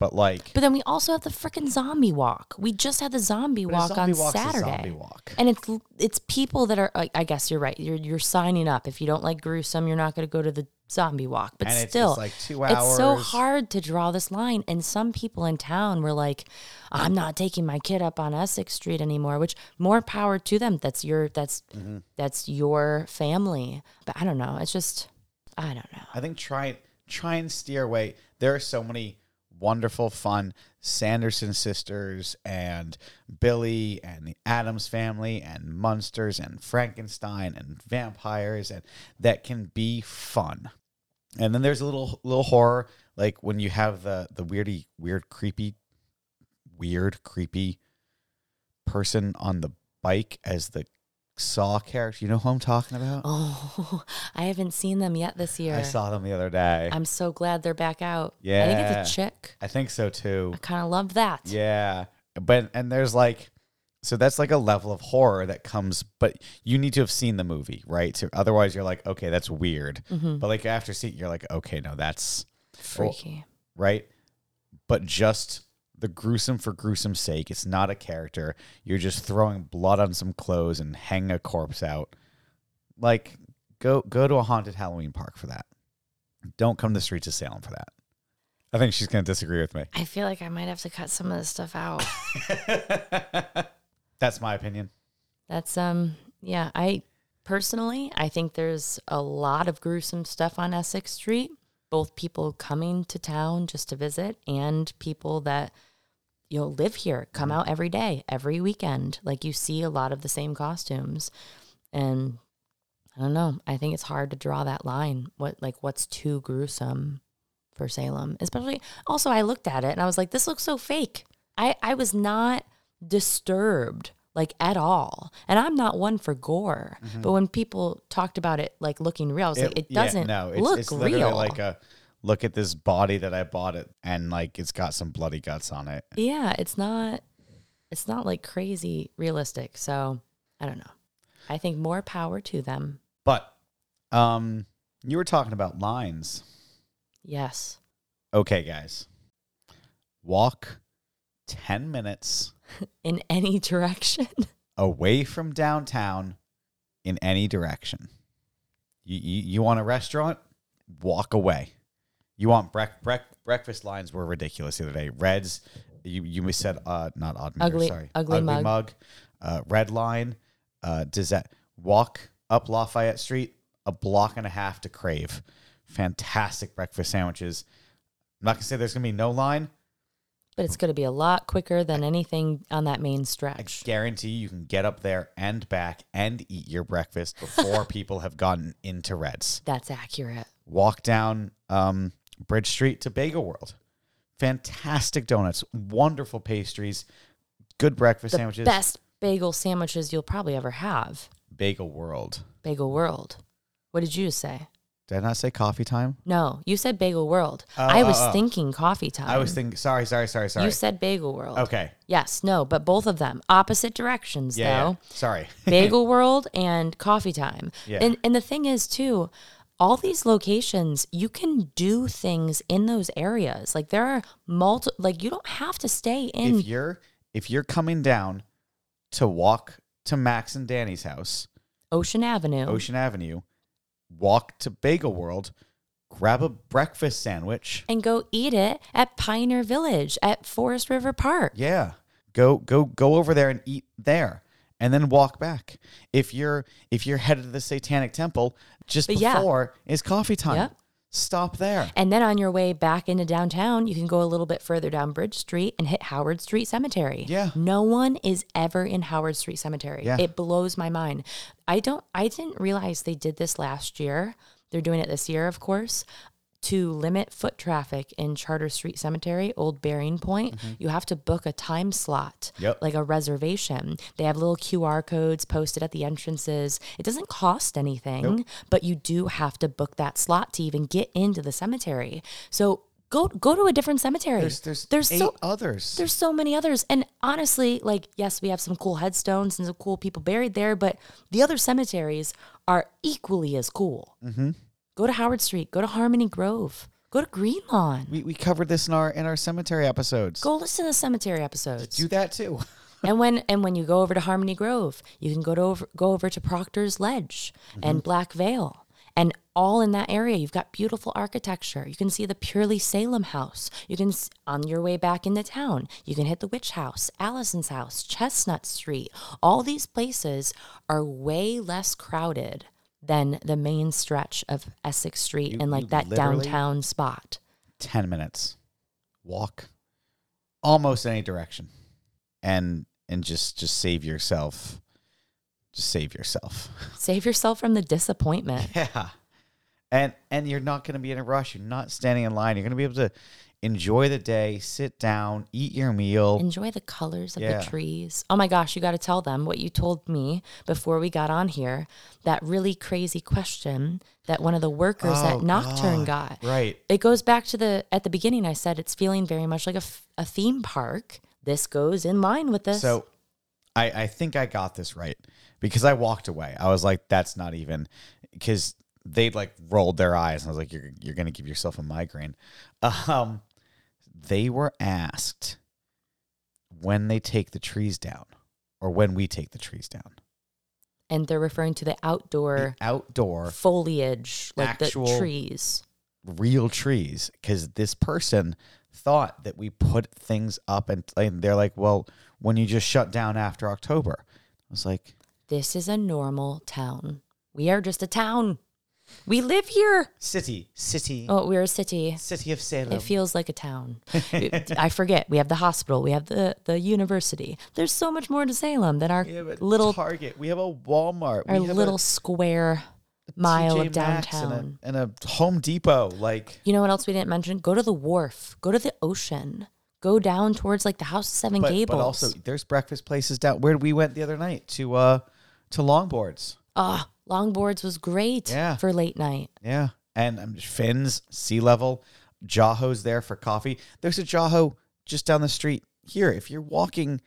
Speaker 1: But like,
Speaker 2: But then we also have the freaking zombie walk. We just had the zombie
Speaker 1: but a
Speaker 2: walk
Speaker 1: zombie
Speaker 2: on
Speaker 1: walk's a
Speaker 2: Saturday.
Speaker 1: zombie walk.
Speaker 2: And it's it's people that are. I, I guess you're right. You're you're signing up. If you don't like gruesome, you're not going to go to the zombie walk. But
Speaker 1: and it's,
Speaker 2: still,
Speaker 1: it's like two hours.
Speaker 2: It's so hard to draw this line. And some people in town were like, I'm not taking my kid up on Essex Street anymore, which more power to them. That's your that's
Speaker 1: Mm-hmm.
Speaker 2: that's your family. But I don't know. It's just I don't know.
Speaker 1: I think try try and steer away. There are so many wonderful, fun Sanderson sisters and Billy and the Adams family and monsters and Frankenstein and vampires and that can be fun. And then there's a little little horror, like when you have the the weirdy, weird, creepy, weird, creepy person on the bike as the Saw character. You know who I'm talking about?
Speaker 2: Oh, I haven't seen them yet this year.
Speaker 1: I saw them the other day.
Speaker 2: I'm so glad they're back out. I think it's a chick.
Speaker 1: I think so too.
Speaker 2: I kind of love that.
Speaker 1: Yeah. But and there's like so that's like a level of horror that comes but you need to have seen the movie, right? So otherwise you're like, okay, that's weird.
Speaker 2: Mhm.
Speaker 1: But like after seeing it, you're like, okay, no, that's
Speaker 2: Freaky.
Speaker 1: right? But just the gruesome for gruesome sake, it's not a character. You're just throwing blood on some clothes and hanging a corpse out. Like go go to a haunted Halloween park for that. Don't come to the streets of Salem for that. I think she's going to disagree with me.
Speaker 2: I feel like I might have to cut some of this stuff out.
Speaker 1: That's my opinion.
Speaker 2: That's um yeah, I personally I think there's a lot of gruesome stuff on Essex Street, both people coming to town just to visit and people that you know live here, come
Speaker 1: Mm-hmm.
Speaker 2: out every day, every weekend. Like you see a lot of the same costumes. And I don't know, I think it's hard to draw that line. What like what's too gruesome for Salem? Especially also I looked at it and I was like this looks so fake. I I was not disturbed like at all. And I'm not one for gore, but when people talked about it like looking real, I was like, it
Speaker 1: Mm-hmm. yeah,
Speaker 2: doesn't
Speaker 1: no, it's,
Speaker 2: look
Speaker 1: it's literally
Speaker 2: real.
Speaker 1: like a look at this body that I bought it, and like it's got some bloody guts on it.
Speaker 2: yeah, it's not it's not like crazy realistic. So I don't know. I think more power to them.
Speaker 1: But um, you were talking about lines.
Speaker 2: Yes.
Speaker 1: Okay, guys, walk ten minutes
Speaker 2: In any direction.
Speaker 1: away from downtown in any direction. You you, you want a restaurant? Walk away. You want brec- brec- breakfast lines were ridiculous the other day. Reds, you you said uh not odd meter,
Speaker 2: Ugly-
Speaker 1: sorry,
Speaker 2: Ugly Mug.
Speaker 1: uh, red line. Uh, does that walk up Lafayette Street a block and a half to Crave? Fantastic breakfast sandwiches. I'm not gonna say there's gonna be no line.
Speaker 2: but it's going to be a lot quicker than anything on that main
Speaker 1: I
Speaker 2: stretch.
Speaker 1: guarantee you can get up there and back and eat your breakfast before people have gotten into Reds.
Speaker 2: That's accurate.
Speaker 1: Walk down um, Bridge Street to Bagel World. Fantastic donuts, wonderful pastries, good breakfast sandwiches.
Speaker 2: Best bagel sandwiches you'll probably ever have.
Speaker 1: Bagel World.
Speaker 2: Bagel World. What did you just say?
Speaker 1: Did I not say coffee time?
Speaker 2: No, you said Bagel World.
Speaker 1: Oh,
Speaker 2: I was
Speaker 1: oh, oh.
Speaker 2: thinking coffee time.
Speaker 1: I was thinking. Sorry, sorry, sorry, sorry.
Speaker 2: Um, You said Bagel World.
Speaker 1: okay.
Speaker 2: Yes, no, but both of them opposite directions
Speaker 1: Yeah. yeah.
Speaker 2: though.
Speaker 1: Sorry.
Speaker 2: Bagel World and Coffee Time.
Speaker 1: Yeah.
Speaker 2: And and the thing is too, all these locations, you can do things in those areas. Like there are multi like you don't have to stay in
Speaker 1: if you're if you're coming down to walk to Max and Danny's house,
Speaker 2: Ocean Avenue.
Speaker 1: Ocean Avenue, walk to Bagel World, grab a breakfast sandwich.
Speaker 2: and go eat it at Pioneer Village at Forest River Park.
Speaker 1: Yeah. Go go go over there and eat there. and then walk back. If you're if you're headed to the Satanic Temple, just
Speaker 2: But yeah.
Speaker 1: before is coffee time.
Speaker 2: Yep.
Speaker 1: Stop there.
Speaker 2: And then on your way back into downtown, you can go a little bit further down Bridge Street and hit Howard Street Cemetery.
Speaker 1: Yeah.
Speaker 2: No one is ever in Howard Street Cemetery.
Speaker 1: Yeah.
Speaker 2: It blows my mind. I don't I didn't realize they did this last year. They're doing it this year, of course. To limit foot traffic in Charter Street Cemetery, Old Bearing Point, you have to book a time slot,
Speaker 1: Mm-hmm. Yep.
Speaker 2: like a reservation. They have little QR codes posted at the entrances. It doesn't cost anything, but you do have to book that slot to even get into the cemetery. So go go to a different cemetery.
Speaker 1: There's there's, eight
Speaker 2: so
Speaker 1: others.
Speaker 2: there's so many others. And honestly, like, yes, we have some cool headstones and some cool people buried there, but the other cemeteries are equally as cool. Mm-hmm. Go to Howard Street, go to Harmony Grove, go to Green Lawn,
Speaker 1: we, we covered this in our in our cemetery episodes.
Speaker 2: go listen to the cemetery episodes.
Speaker 1: Do that too.
Speaker 2: and when and when you go over to Harmony Grove, you can go to over, go over to Proctor's Ledge
Speaker 1: Mm-hmm.
Speaker 2: and Black Veil. And all in that area, you've got beautiful architecture. You can see the purely Salem house. You can s- on your way back into town, you can hit the Witch House, Allison's house, Chestnut Street. All these places are way less crowded than the main stretch of Essex Street
Speaker 1: You-
Speaker 2: and
Speaker 1: you
Speaker 2: like that
Speaker 1: literally-
Speaker 2: downtown spot.
Speaker 1: Ten minutes. Walk almost any direction. And and just just save yourself. Just save yourself.
Speaker 2: Save yourself from the disappointment.
Speaker 1: Yeah. And and you're not going to be in a rush. You're not standing in line. You're going to be able to enjoy the day, sit down, eat your meal.
Speaker 2: Enjoy the colors of
Speaker 1: Oh. Yeah.
Speaker 2: the trees. Oh my gosh, you got to tell them what you told me before we got on here. That really crazy question that one of the workers
Speaker 1: Oh,
Speaker 2: at Nocturne
Speaker 1: God.
Speaker 2: got.
Speaker 1: Right.
Speaker 2: It goes back to the at the beginning. I said it's feeling very much like a, f- a theme park. This goes in line with this.
Speaker 1: So I I think I got this right because I walked away. I was like that's not even cuz they'd like rolled their eyes and I was like you're you're going to give yourself a migraine. Um they were asked when they take the trees down or when we take the trees down.
Speaker 2: and they're referring to the outdoor
Speaker 1: Outdoor
Speaker 2: foliage, like
Speaker 1: Actual-
Speaker 2: the trees.
Speaker 1: real trees because this person thought that we put things up and, and they're like, well, when you just shut down after October. I was like,
Speaker 2: This is a normal town. We are just a town. We live here.
Speaker 1: city, city,
Speaker 2: Oh, we're a city.
Speaker 1: city of Salem.
Speaker 2: It feels like a town. I forget. We have the hospital. We have the, the university. There's so much more to Salem than our
Speaker 1: we have a
Speaker 2: little
Speaker 1: Target. We have a Walmart.
Speaker 2: our
Speaker 1: we have
Speaker 2: little
Speaker 1: a
Speaker 2: square mile
Speaker 1: TJ
Speaker 2: of
Speaker 1: Maxx and a-
Speaker 2: downtown.
Speaker 1: and a, Home Depot. Like,
Speaker 2: You know what else we didn't mention? Go to the wharf. Go to the ocean. Go down towards like the House of Seven
Speaker 1: but,
Speaker 2: Gables.
Speaker 1: but also there's breakfast places down where we went the other night to uh to longboards.
Speaker 2: ah, longboards was great
Speaker 1: Yeah.
Speaker 2: for late night.
Speaker 1: Yeah. And um, Finn's, sea level, Jaho's there for coffee. There's a Jaho just down the street here. If you're walking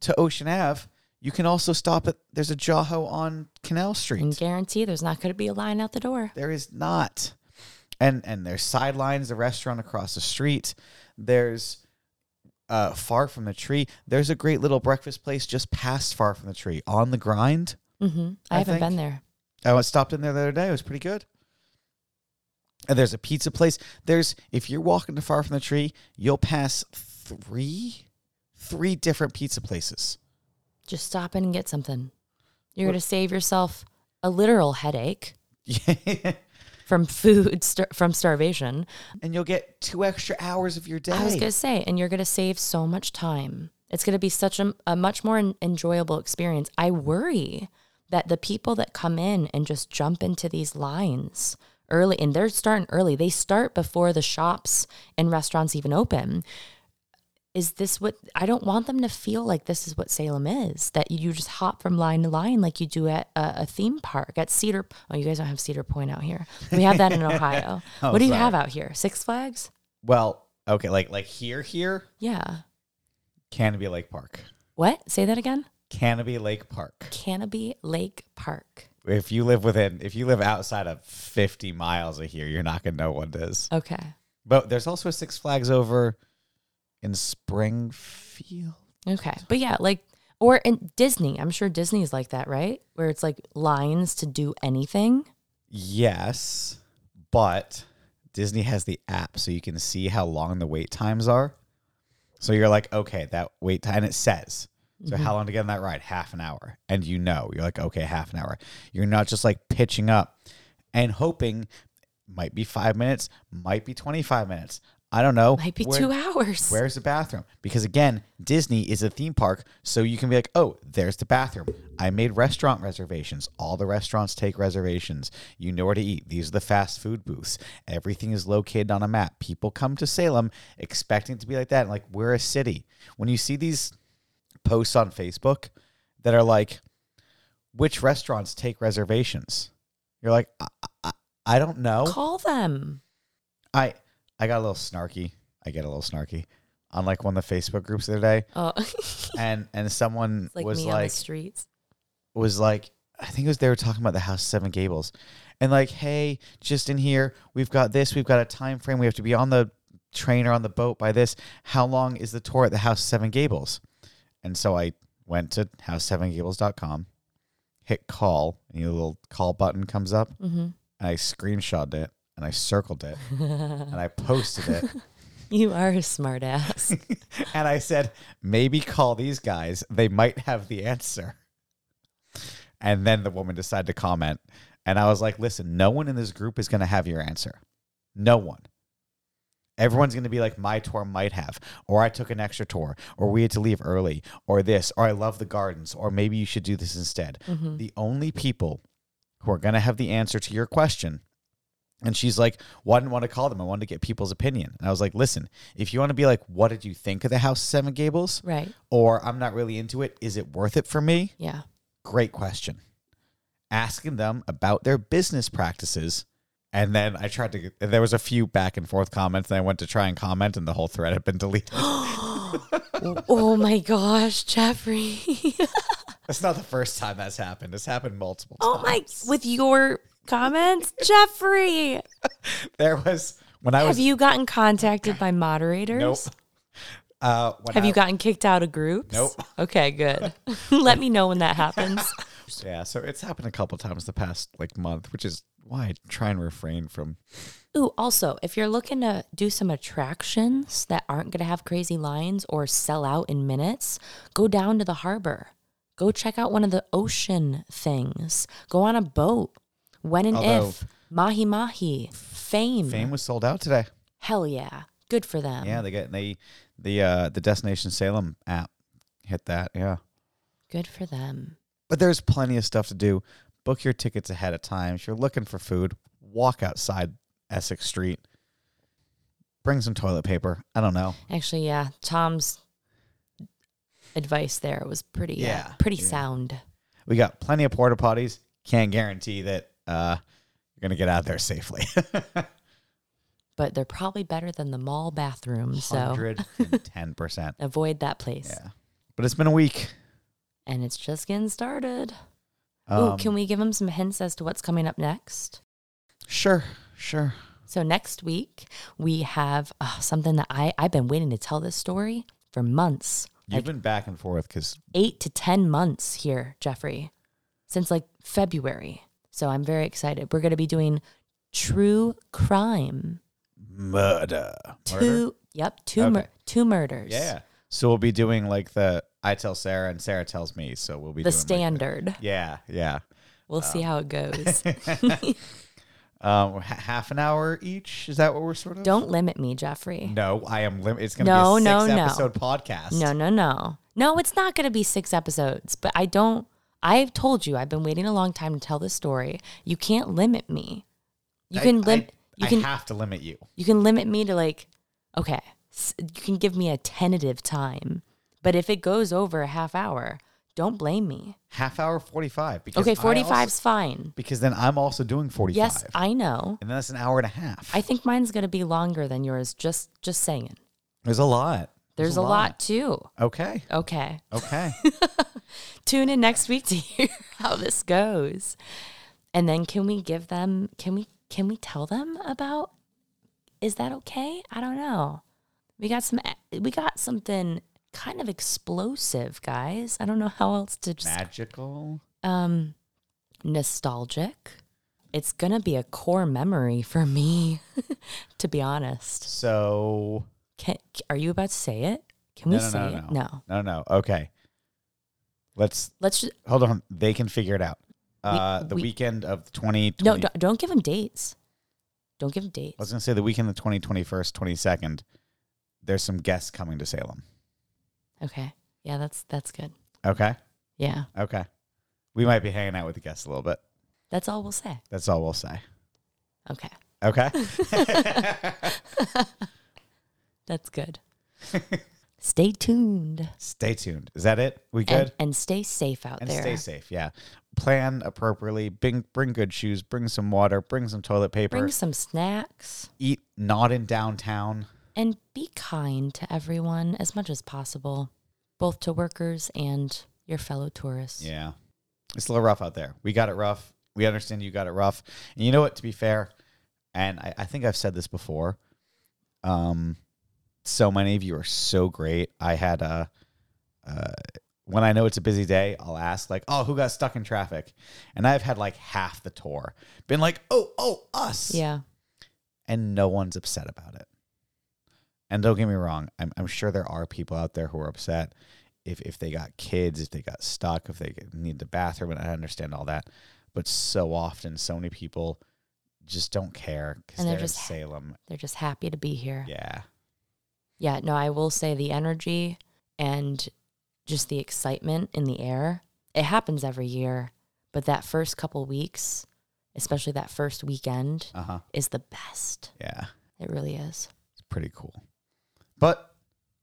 Speaker 1: to Ocean Ave, you can also stop at, there's a Jaho on Canal
Speaker 2: And
Speaker 1: Street.
Speaker 2: guarantee there's not going to be a line out the door.
Speaker 1: There is not. And and there's sidelines, the restaurant across the street. There's uh, far from the tree. There's a great little breakfast place just past far from the tree on the grind.
Speaker 2: hmm I,
Speaker 1: I
Speaker 2: haven't
Speaker 1: think-
Speaker 2: been there.
Speaker 1: I was stopped in there the other day. It was pretty good. And there's a pizza place. There's if you're walking to far from the tree, you'll pass three, three different pizza places.
Speaker 2: Just stop in and get something. You're
Speaker 1: What-
Speaker 2: going to save yourself a literal headache.
Speaker 1: Yeah,
Speaker 2: from food star- from starvation.
Speaker 1: and you'll get two extra hours of your day.
Speaker 2: I was gonna say, and you're gonna save so much time. It's gonna be such a, a much more en- enjoyable experience. I worry that the people that come in and just jump into these lines early, and they're starting early. They start before the shops and restaurants even open. Is this what I don't want them to feel like? This is what Salem is that you just hop from line to line like you do at a, a theme park at Cedar. Oh, you guys don't have Cedar Point out here. We have that in Ohio.
Speaker 1: Oh,
Speaker 2: what do you
Speaker 1: sorry.
Speaker 2: have out here? Six Flags?
Speaker 1: well, okay, like like here, here,
Speaker 2: Yeah.
Speaker 1: Canopy Lake Park,
Speaker 2: What? Say that again.
Speaker 1: Canopy Lake Park.
Speaker 2: Canopy Lake Park.
Speaker 1: If you live within, if you live outside of fifty miles of here, you're not gonna know what it is.
Speaker 2: Okay.
Speaker 1: But there's also a Six Flags over in Springfield.
Speaker 2: Okay. But yeah, like, or in Disney, I'm sure Disney's like that, right? Where it's like lines to do anything.
Speaker 1: Yes, but Disney has the app so you can see how long the wait times are. So you're like, okay, that wait time, and it says So
Speaker 2: Mm-hmm.
Speaker 1: how long to get on that ride? Half an hour. And you know, you're like, okay, half an hour. You're not just like pitching up and hoping might be five minutes, might be 25 minutes. I don't know.
Speaker 2: Might be
Speaker 1: Where-
Speaker 2: two hours.
Speaker 1: Where's the bathroom? Because again, Disney is a theme park, so you can be like, oh, there's the bathroom. I made restaurant reservations. All the restaurants take reservations. You know where to eat. These are the fast food booths. Everything is located on a map. People come to Salem expecting it to be like that. Like, we're a city. When you see these posts on Facebook that are like, which restaurants take reservations? You're like, I, I, I don't know.
Speaker 2: Call them.
Speaker 1: I I got a little snarky. I get a little snarky on like one of the Facebook groups the other day,
Speaker 2: Oh,
Speaker 1: and and someone
Speaker 2: like
Speaker 1: was
Speaker 2: me on the
Speaker 1: like
Speaker 2: streets.
Speaker 1: was like I think it was they were talking about the House of Seven Gables, and like hey, just in here we've got this, we've got a time frame, we have to be on the train or on the boat by this. How long is the tour at the House of Seven Gables? And so I went to housesevengables.com, hit call, and the little call button comes up, and I screenshotted it and I circled it and I posted it.
Speaker 2: Mm-hmm. You are a smartass.
Speaker 1: and I said, maybe call these guys. They might have the answer. And then the woman decided to comment. And I was like, listen, no one in this group is going to have your answer. No one. Everyone's going to be like, my tour might have, or I took an extra tour, or we had to leave early, or this, or I love the gardens, or maybe you should do this instead. The only people who are going to have the answer to your question and she's like, well, I didn't want to call them. I wanted to get people's opinion. And I was like, listen, if you want to be like, what did you think of the House of Seven Gables?
Speaker 2: right.
Speaker 1: Or I'm not really into it. Is it worth it for me?
Speaker 2: Yeah.
Speaker 1: Great question. Asking them about their business practices. And then I tried to, there was a few back and forth comments. And I went to try and comment, and the whole thread had been deleted.
Speaker 2: oh my gosh, Jeffrey.
Speaker 1: That's not the first time that's happened. It's happened multiple
Speaker 2: oh my
Speaker 1: times.
Speaker 2: with your comments, Jeffrey.
Speaker 1: There was, when I
Speaker 2: Have
Speaker 1: was,
Speaker 2: you gotten contacted by moderators?
Speaker 1: nope. Uh, when
Speaker 2: Have
Speaker 1: I-
Speaker 2: you gotten kicked out of groups?
Speaker 1: Nope.
Speaker 2: Okay, good. Let me know when that happens.
Speaker 1: Yeah, so it's happened a couple times the past like month, which is why I try and refrain from.
Speaker 2: Ooh, also, if you're looking to do some attractions that aren't going to have crazy lines or sell out in minutes, go down to the harbor. Go check out one of the ocean things. Go on a boat. When and
Speaker 1: Although-
Speaker 2: if. Mahi Mahi. Fame.
Speaker 1: Fame was sold out today.
Speaker 2: Hell yeah. Good for them.
Speaker 1: Yeah, they get they the uh the Destination Salem app hit that. Yeah,
Speaker 2: Good for them.
Speaker 1: but there's plenty of stuff to do. Book your tickets ahead of time. If you're looking for food, walk outside Essex Street. Bring some toilet paper. I don't know.
Speaker 2: Actually, yeah, Tom's advice there was pretty uh,
Speaker 1: Yeah,
Speaker 2: pretty
Speaker 1: yeah.
Speaker 2: sound.
Speaker 1: We got plenty of porta potties. Can't guarantee that uh you're gonna get out there safely.
Speaker 2: But they're probably better than the mall bathroom, so
Speaker 1: Hundred and ten percent.
Speaker 2: avoid that place.
Speaker 1: Yeah, but it's been a week.
Speaker 2: And it's just getting started. Ooh,
Speaker 1: Um,
Speaker 2: can we give them some hints as to what's coming up next?
Speaker 1: Sure, sure.
Speaker 2: So next week we have uh, something that I I've been waiting to tell this story for months,
Speaker 1: You've
Speaker 2: like
Speaker 1: been back and forth because
Speaker 2: eight to ten months here, Jeffrey, since like February. So I'm very excited. We're going to be doing true crime.
Speaker 1: murder.
Speaker 2: Two, yep, two mur-
Speaker 1: Okay.
Speaker 2: two murders.
Speaker 1: Yeah. So we'll be doing like the I tell Sarah and Sarah tells me. So we'll be
Speaker 2: the
Speaker 1: doing like
Speaker 2: standard.
Speaker 1: yeah, yeah.
Speaker 2: We'll see how it goes.
Speaker 1: Um, h- half an hour each. Is that what we're sort of?
Speaker 2: Don't limit me, Jeffrey.
Speaker 1: No, I am. Lim- it's gonna
Speaker 2: No,
Speaker 1: be a
Speaker 2: no,
Speaker 1: six
Speaker 2: no.
Speaker 1: episode podcast.
Speaker 2: No, no, no. No, it's not going to be six episodes, but I don't. I've told you I've been waiting a long time to tell this story. You can't limit me. You
Speaker 1: I-
Speaker 2: can
Speaker 1: I,
Speaker 2: limit. You
Speaker 1: I
Speaker 2: can
Speaker 1: have to limit you.
Speaker 2: you can limit me to like, okay, s- you can give me a tentative time, but if it goes over a half hour, don't blame me.
Speaker 1: Half hour forty five. Because
Speaker 2: Okay,
Speaker 1: I
Speaker 2: forty
Speaker 1: also-
Speaker 2: five's fine.
Speaker 1: Because then I'm also doing forty five.
Speaker 2: Yes, I know.
Speaker 1: and then that's an hour and a half.
Speaker 2: I think mine's going to be longer than yours. Just just saying.
Speaker 1: There's a lot.
Speaker 2: There's a lot too.
Speaker 1: Okay.
Speaker 2: Okay.
Speaker 1: Okay.
Speaker 2: Tune in next week to hear how this goes. And then can we give them can we can we tell them about is that okay? I don't know. We got some we got something kind of explosive, guys. I don't know how else to just
Speaker 1: Magical.
Speaker 2: um nostalgic. It's going to be a core memory for me to be honest.
Speaker 1: So
Speaker 2: Can, are you about to say it? Can we say it?
Speaker 1: no. No, no. Okay. Let's
Speaker 2: Let's just,
Speaker 1: hold on. They can figure it out. Uh, the
Speaker 2: we-
Speaker 1: weekend of 20.
Speaker 2: no, don't, don't give them dates. Don't give them dates.
Speaker 1: I was gonna say the weekend of the 20, 21st, 22nd. There's some guests coming to Salem.
Speaker 2: Okay. Yeah, that's that's good.
Speaker 1: Okay,
Speaker 2: Yeah.
Speaker 1: okay. We might be hanging out with the guests a little bit.
Speaker 2: That's all we'll say.
Speaker 1: That's all we'll say.
Speaker 2: Okay.
Speaker 1: Okay.
Speaker 2: That's good. stay tuned.
Speaker 1: stay tuned. Is that it? We good?
Speaker 2: And, and stay safe out
Speaker 1: And
Speaker 2: there.
Speaker 1: stay safe. Yeah. Plan appropriately. Bring bring good shoes. Bring some water. Bring some toilet paper.
Speaker 2: Bring some snacks
Speaker 1: Eat not in downtown.
Speaker 2: and be kind to everyone as much as possible, both to workers and your fellow tourists.
Speaker 1: Yeah. It's a little rough out there. We got it rough. We understand you got it rough. And you know what, to be fair, and I, I think I've said this before. Um so many of you are so great. I had uh uh when I know it's a busy day, I'll ask like, "Oh, who got stuck in traffic?" And I've had like half the tour been like, "Oh, oh, us."
Speaker 2: Yeah.
Speaker 1: and no one's upset about it. And don't get me wrong, I'm, I'm sure there are people out there who are upset if, if they got kids, if they got stuck, if they need the bathroom, and I understand all that. But so often, so many people just don't care because
Speaker 2: And
Speaker 1: they're,
Speaker 2: they're
Speaker 1: in
Speaker 2: just-
Speaker 1: Salem.
Speaker 2: They're just happy to be here.
Speaker 1: Yeah.
Speaker 2: Yeah, no, I will say the energy and just the excitement in the air. It happens every year, but that first couple weeks, especially that first weekend,
Speaker 1: Uh huh.
Speaker 2: is the best.
Speaker 1: Yeah.
Speaker 2: It really is.
Speaker 1: It's pretty cool. But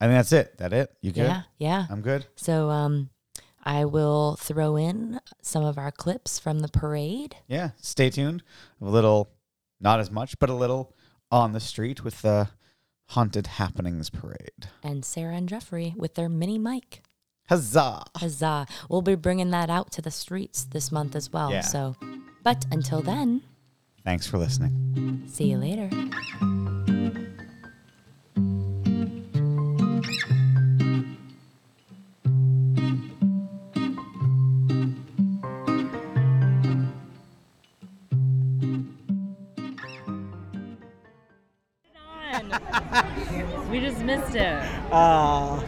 Speaker 1: I think that's it. That it? You good?
Speaker 2: Yeah, yeah.
Speaker 1: I'm good.
Speaker 2: So um I will throw in some of our clips from the parade.
Speaker 1: Yeah. Stay tuned. A little, not as much, but a little on the street with the Haunted Happenings Parade.
Speaker 2: And Sarah and Jeffrey with their mini mic.
Speaker 1: Huzzah!
Speaker 2: Huzzah. We'll be bringing that out to the streets this month as well.
Speaker 1: Yeah.
Speaker 2: So, but until then,
Speaker 1: Thanks for listening.
Speaker 2: see you later.
Speaker 3: We just missed it.
Speaker 4: Uh,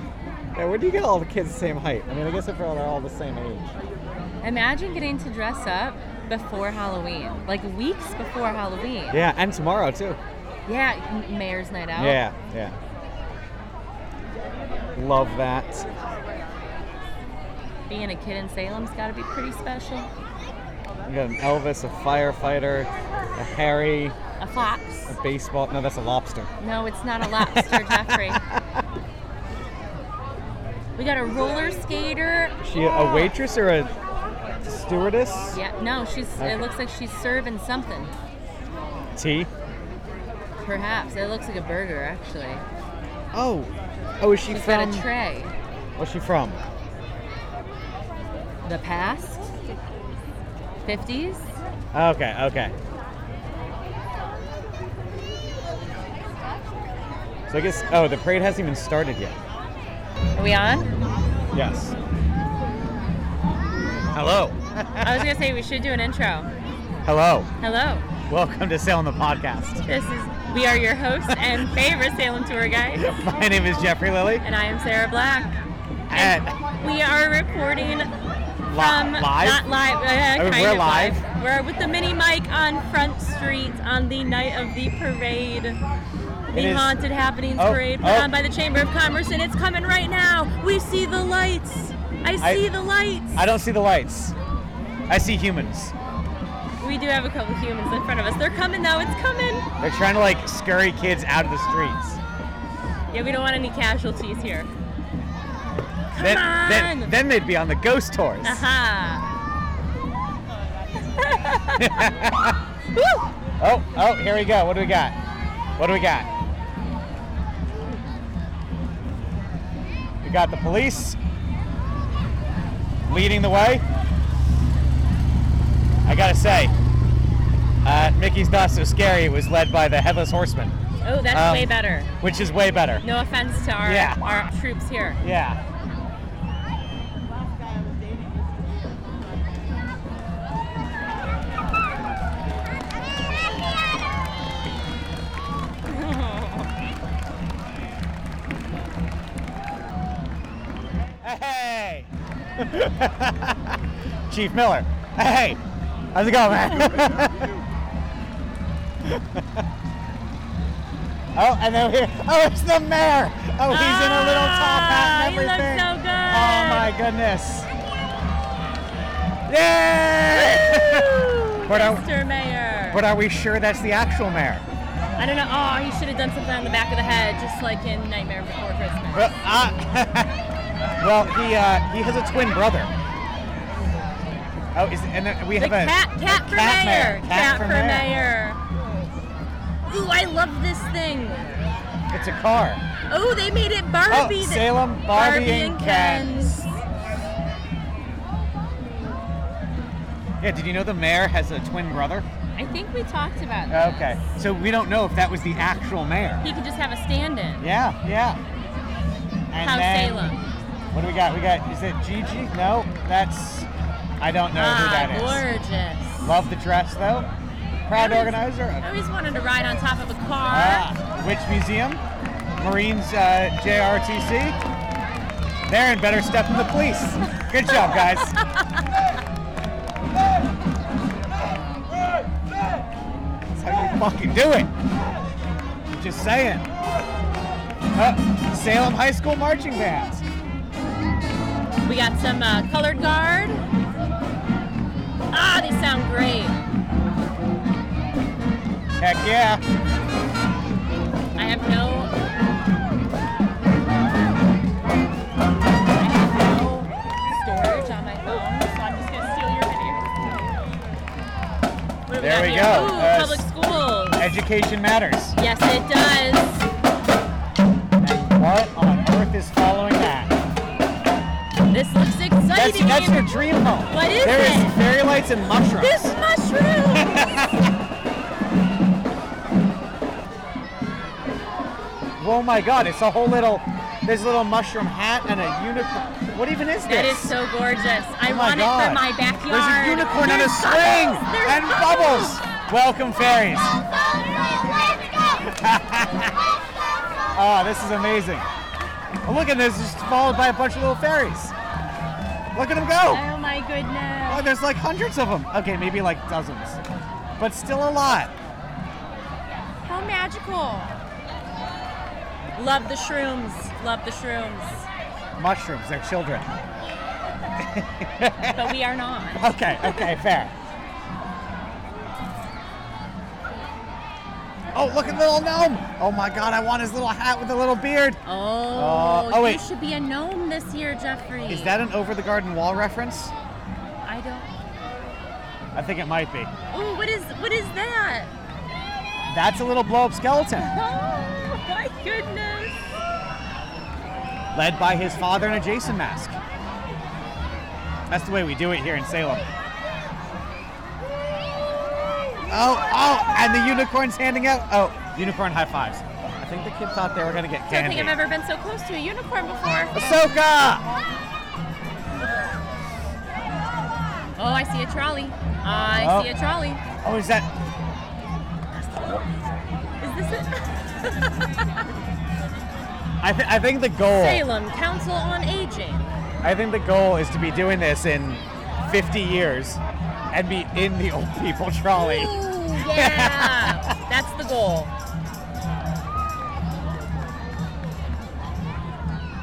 Speaker 4: yeah, where do you get all the kids the same height? I mean, I guess if they're all, they're all the same age.
Speaker 3: Imagine getting to dress up before Halloween, like weeks before Halloween.
Speaker 4: Yeah, and tomorrow too.
Speaker 3: Yeah, m- Mayor's Night
Speaker 1: Oh.
Speaker 3: Out.
Speaker 4: Yeah, yeah. Love that.
Speaker 3: Being a kid in Salem's got to be pretty special.
Speaker 4: You got an Elvis, a firefighter, a Harry,
Speaker 3: A fox.
Speaker 4: a baseball. No, that's a lobster.
Speaker 3: No, it's not a lobster, Jeffrey. We got a roller skater.
Speaker 4: She a waitress or a stewardess?
Speaker 3: Yeah, no, she's.
Speaker 4: Okay.
Speaker 3: It looks like she's serving something.
Speaker 4: Tea.
Speaker 3: Perhaps it looks like a burger, actually.
Speaker 4: Oh, oh, is she
Speaker 3: She's
Speaker 4: from?
Speaker 3: got a tray.
Speaker 4: What's she from?
Speaker 3: The past. 50s.
Speaker 4: Okay, okay. So I guess. Oh, the parade hasn't even started yet.
Speaker 3: Are we on?
Speaker 4: Yes. Hello.
Speaker 3: I was gonna say we should do an intro.
Speaker 4: Hello.
Speaker 3: Hello.
Speaker 4: Welcome to Salem the Podcast.
Speaker 3: This is we are your hosts and favorite Salem tour guide,
Speaker 4: My name is Jeffrey Lilly.
Speaker 3: and I am Sarah Black.
Speaker 4: And
Speaker 3: We are recording
Speaker 4: li-
Speaker 3: from
Speaker 4: live.
Speaker 3: not live, uh,
Speaker 4: I mean,
Speaker 3: kind
Speaker 4: we're
Speaker 3: of live.
Speaker 4: live.
Speaker 3: We're with the mini mic on Front Street on the night of the parade, the
Speaker 4: It is-
Speaker 3: haunted happenings
Speaker 4: Oh,
Speaker 3: parade put
Speaker 4: oh.
Speaker 3: on by the Chamber of Commerce, and it's coming right now. We see the lights. I
Speaker 4: I-
Speaker 3: see the lights.
Speaker 4: I don't see the lights. I see humans.
Speaker 3: we do have a couple humans in front of us. They're coming though. It's coming.
Speaker 4: They're trying to like scurry kids out of the streets.
Speaker 3: Yeah, we don't want any casualties here. Come
Speaker 4: then,
Speaker 3: on. Uh-huh.
Speaker 4: then, then they'd be on the ghost tours.
Speaker 3: Aha!
Speaker 4: Oh, oh, here we go. What do we got? What do we got? We got the police leading the way. I gotta say, uh, Mickey's Not So Scary was led by the Headless Horseman,
Speaker 3: Oh, that's
Speaker 4: Um,
Speaker 3: way better.
Speaker 4: which is way better.
Speaker 3: No offense to our,
Speaker 4: Yeah.
Speaker 3: our troops here.
Speaker 4: Yeah. Hey! Chief Miller. Hey, how's it going, man? oh, and then here. Oh, it's the mayor. Oh, he's in a little top hat and
Speaker 3: Ah, you look
Speaker 4: everything.
Speaker 3: so good.
Speaker 4: Oh my goodness. Yay! but, are,
Speaker 3: Mr. Mayor.
Speaker 4: but are we sure that's the actual mayor?
Speaker 3: I don't know. Oh, he should have done something on the back of the head, just like in Nightmare Before Christmas.
Speaker 4: Well, uh, well he uh, he has a twin brother. Oh, is and then we
Speaker 3: The
Speaker 4: have a
Speaker 3: cat, cat for
Speaker 4: cat
Speaker 3: mayor.
Speaker 4: mayor,
Speaker 3: Cat for mayor. Ooh, I love this thing.
Speaker 4: It's a car.
Speaker 3: Oh, they made it Barbie.
Speaker 4: oh,
Speaker 3: that-
Speaker 4: Salem, Barbie, and,
Speaker 3: Ken's.
Speaker 4: Ken's. Yeah, did you know the mayor has a twin brother?
Speaker 3: I think we talked about that.
Speaker 4: Okay, so we don't know if that was the actual mayor.
Speaker 3: He could just have a stand-in.
Speaker 4: Yeah, yeah. And
Speaker 3: How
Speaker 4: then,
Speaker 3: Salem.
Speaker 4: What do we got? We got is it Gigi? No, that's I don't know who
Speaker 3: ah,
Speaker 4: that is.
Speaker 3: gorgeous.
Speaker 4: Love the dress though. Proud
Speaker 3: Always-
Speaker 4: organizer. of-
Speaker 3: I always wanted to ride on top of a car.
Speaker 4: Ah, which museum? Marines uh, JRTC. They're in better step than the police. Good job, guys. That's how you fucking do it. Just saying. Uh, Salem High School marching band.
Speaker 3: We got some uh, colored guard. Ah, they sound great.
Speaker 4: Heck yeah.
Speaker 3: I have no. I have no storage on my phone, so I'm just gonna steal your video. What do
Speaker 4: There we
Speaker 3: got here?
Speaker 4: go.
Speaker 3: Ooh,
Speaker 4: Uh,
Speaker 3: public schools.
Speaker 4: Education matters.
Speaker 3: Yes, it does.
Speaker 4: What on earth is following that?
Speaker 3: This looks
Speaker 4: That's,
Speaker 3: exciting.
Speaker 4: that's your dream home.
Speaker 3: What is
Speaker 4: There
Speaker 3: it?
Speaker 4: is fairy lights and mushrooms.
Speaker 3: this mushroom.
Speaker 4: Oh my god, it's a whole little there's a little mushroom hat and a unicorn. What even is this?
Speaker 3: that is so gorgeous. I
Speaker 4: oh my
Speaker 3: want it
Speaker 4: god.
Speaker 3: for my backyard.
Speaker 4: There's a unicorn on a
Speaker 3: There's
Speaker 4: swing
Speaker 3: bubbles. There's
Speaker 4: and bubbles. Welcome fairies. oh, this is amazing. Oh, look at this, it's just followed by a bunch of little fairies. Look at them go.
Speaker 3: Oh my goodness.
Speaker 4: Oh, there's like hundreds of them. Okay, maybe like dozens. But still a lot.
Speaker 3: How magical. Love the shrooms. Love the shrooms.
Speaker 4: Mushrooms, they're children.
Speaker 3: But we are not.
Speaker 4: Okay, okay, fair. Oh, look at the little gnome! Oh my god, I want his little hat with the little beard!
Speaker 3: Oh,
Speaker 4: Uh, oh,
Speaker 3: you
Speaker 4: wait.
Speaker 3: should be a gnome this year, Jeffrey.
Speaker 4: Is that an Over the Garden Wall reference?
Speaker 3: I don't.
Speaker 4: I think it might be.
Speaker 3: Oh, what is what is that?
Speaker 4: That's a little blow up skeleton,
Speaker 3: Oh my goodness.
Speaker 4: led by his father in a Jason mask. That's the way we do it here in Salem. Oh, oh, and the unicorn's handing out. Oh, unicorn high fives. I think the kid thought they were gonna get
Speaker 3: I don't
Speaker 4: candy.
Speaker 3: think I've ever been so close to a unicorn before.
Speaker 4: Ahsoka!
Speaker 3: Oh, I see a trolley. I
Speaker 4: Oh.
Speaker 3: see a trolley.
Speaker 4: Oh, is that?
Speaker 3: Is this it?
Speaker 4: I, th- I think the goal.
Speaker 3: Salem Council on Aging.
Speaker 4: I think the goal is to be doing this in 50 years and be in the old people trolley.
Speaker 3: Ooh, yeah. That's the goal.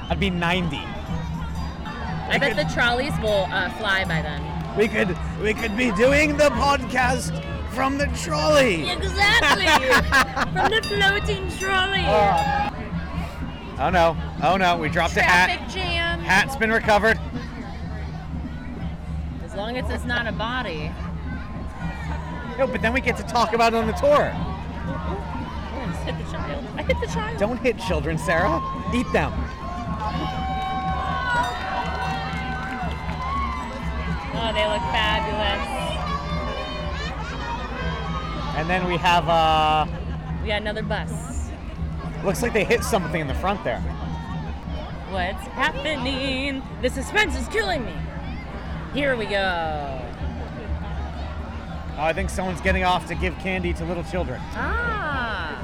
Speaker 4: I'd be 90.
Speaker 3: I bet the trolleys will uh, fly by then.
Speaker 4: We could we could be doing the podcast from the trolley.
Speaker 3: Exactly. From the floating trolley.
Speaker 4: Oh no! Oh no! We dropped a
Speaker 3: Traffic
Speaker 4: hat.
Speaker 3: jam.
Speaker 4: Hat's been recovered.
Speaker 3: As long as it's not a body.
Speaker 4: No, but then we get to talk about it on the tour.
Speaker 3: I just hit the child. I hit the child.
Speaker 4: Don't hit children, Sarah. Eat them.
Speaker 3: Oh, they look fabulous.
Speaker 4: And then we have uh,
Speaker 3: We got another bus.
Speaker 4: looks like they hit something in the front there.
Speaker 3: What's happening? The suspense is killing me. Here we go.
Speaker 4: Oh, I think someone's getting off to give candy to little children.
Speaker 3: Ah.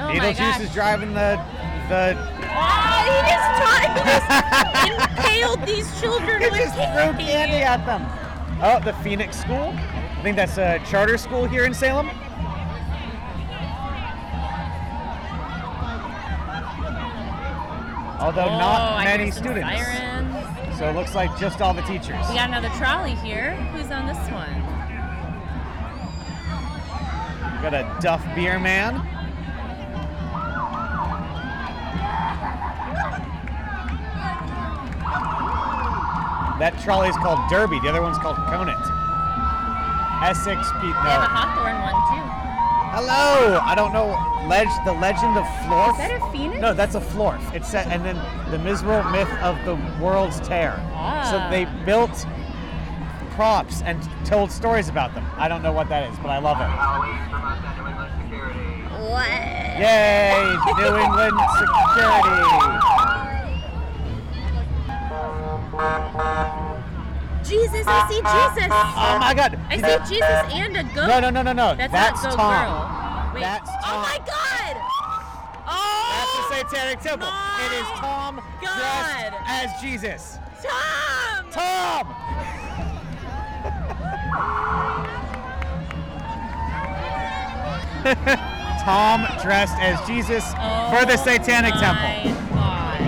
Speaker 3: Oh my
Speaker 4: Beetlejuice
Speaker 3: gosh.
Speaker 4: is driving the the
Speaker 3: Oh, he just tried. He just impaled these
Speaker 4: just threw candy at them. Oh, the Phoenix School. I think that's a charter school here in Salem. Although
Speaker 3: Oh,
Speaker 4: not
Speaker 3: I hear
Speaker 4: many
Speaker 3: some
Speaker 4: students.
Speaker 3: Sirens.
Speaker 4: So it looks like just all the teachers.
Speaker 3: We got another trolley here. Who's on this one?
Speaker 4: Got a Duff Beer Man. That trolley is called Derby. The other one's called Conant. Essex Pete.
Speaker 3: We have a
Speaker 4: No.
Speaker 3: Hawthorne one
Speaker 4: Hello. I don't know. Leg- the legend of Florf.
Speaker 3: Is that a phoenix?
Speaker 4: No, that's a Florf. It's set, and then the miserable myth of the world's tear. So
Speaker 3: Ah.
Speaker 4: they built props and told stories about them. I don't know what that is, but I love it.
Speaker 3: too. What?
Speaker 4: Yay! New England security!
Speaker 3: Jesus, I see Jesus.
Speaker 4: Oh my god!
Speaker 3: I see Jesus and a goat.
Speaker 4: No, no, no, no, no.
Speaker 3: That's,
Speaker 4: Tom.
Speaker 3: not goat girl. Wait.
Speaker 4: That's
Speaker 3: Oh
Speaker 4: Tom.
Speaker 3: my God.
Speaker 4: That's
Speaker 3: Oh.
Speaker 4: the Satanic Temple. It is Tom dressed
Speaker 3: God.
Speaker 4: as Jesus.
Speaker 3: Oh, Tom.
Speaker 4: Tom! Tom dressed as Jesus
Speaker 3: Oh
Speaker 4: for the Satanic
Speaker 3: my
Speaker 4: Temple.
Speaker 3: God.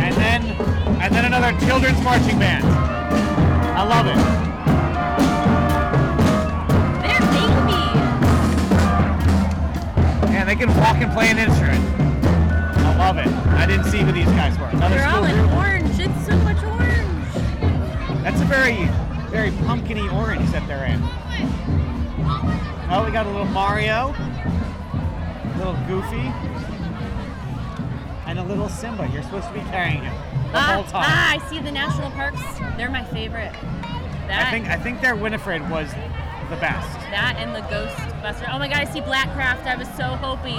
Speaker 4: And then and then another children's marching band. I love it.
Speaker 3: They're babies.
Speaker 4: Man, they can walk and play an instrument. I love it. I didn't see who these guys were. Another
Speaker 3: They're all
Speaker 4: school
Speaker 3: in
Speaker 4: group.
Speaker 3: orange. It's so much orange.
Speaker 4: That's a very, very pumpkiny orange that they're in. Oh, we got a little Mario, a little Goofy, and a little Simba. You're supposed to be carrying him the
Speaker 3: ah,
Speaker 4: whole time.
Speaker 3: ah, I see the national parks. They're my favorite. That,
Speaker 4: I think I think their Winifred was the best.
Speaker 3: that and the Ghostbuster. Oh my god, I see Blackcraft. I was so hoping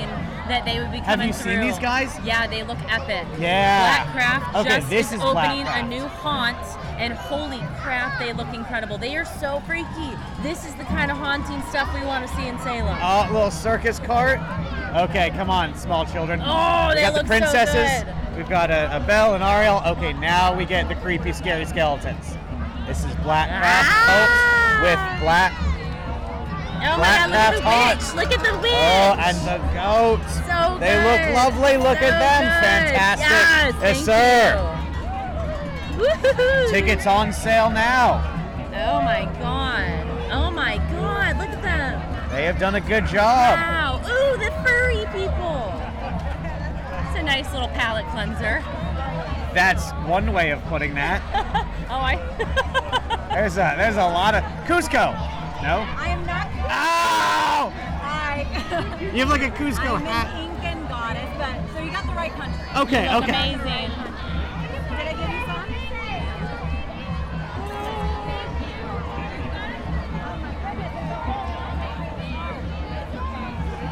Speaker 3: that they would be
Speaker 4: Have
Speaker 3: coming
Speaker 4: you seen
Speaker 3: through.
Speaker 4: these guys?
Speaker 3: Yeah, they look epic.
Speaker 4: Yeah.
Speaker 3: Blackcraft
Speaker 4: Okay,
Speaker 3: just
Speaker 4: this
Speaker 3: is
Speaker 4: is
Speaker 3: opening
Speaker 4: Blackcraft.
Speaker 3: a new haunt, and holy crap, they look incredible. They are so freaky. This is the kind of haunting stuff we want to see in Salem.
Speaker 4: Oh, little circus cart. Okay, come on, small children.
Speaker 3: Oh,
Speaker 4: we
Speaker 3: they
Speaker 4: got the
Speaker 3: look so
Speaker 4: princesses.
Speaker 3: good.
Speaker 4: We've got a, a Belle and Ariel. Okay, now we get the creepy, scary skeletons. This is Black Craft
Speaker 3: Ah!
Speaker 4: folks, with black.
Speaker 3: Oh my god, look at the
Speaker 4: Blackcraft
Speaker 3: witch! Look at the witch!
Speaker 4: Oh, and the goats.
Speaker 3: so
Speaker 4: they look
Speaker 3: good.
Speaker 4: lovely. Look
Speaker 3: So
Speaker 4: at them.
Speaker 3: good.
Speaker 4: Fantastic.
Speaker 3: Yes,
Speaker 4: yes, sir.
Speaker 3: thank you. Woohoo!
Speaker 4: Tickets on sale now.
Speaker 3: Oh my god. Oh my god. Look at them.
Speaker 4: They have done a good job.
Speaker 3: Wow. Ooh, the furry people. It's a nice little palate cleanser. Ah.
Speaker 4: That's one way of putting that.
Speaker 3: Oh, I.
Speaker 4: There's a there's a lot of Cusco. No.
Speaker 5: I am not.
Speaker 4: Ow!
Speaker 5: I.
Speaker 4: You have like a Cusco
Speaker 5: I'm
Speaker 4: hat.
Speaker 5: an Incan goddess, but so you got the right country.
Speaker 4: Okay,
Speaker 3: look
Speaker 4: okay.
Speaker 3: amazing.
Speaker 5: Did I give you some?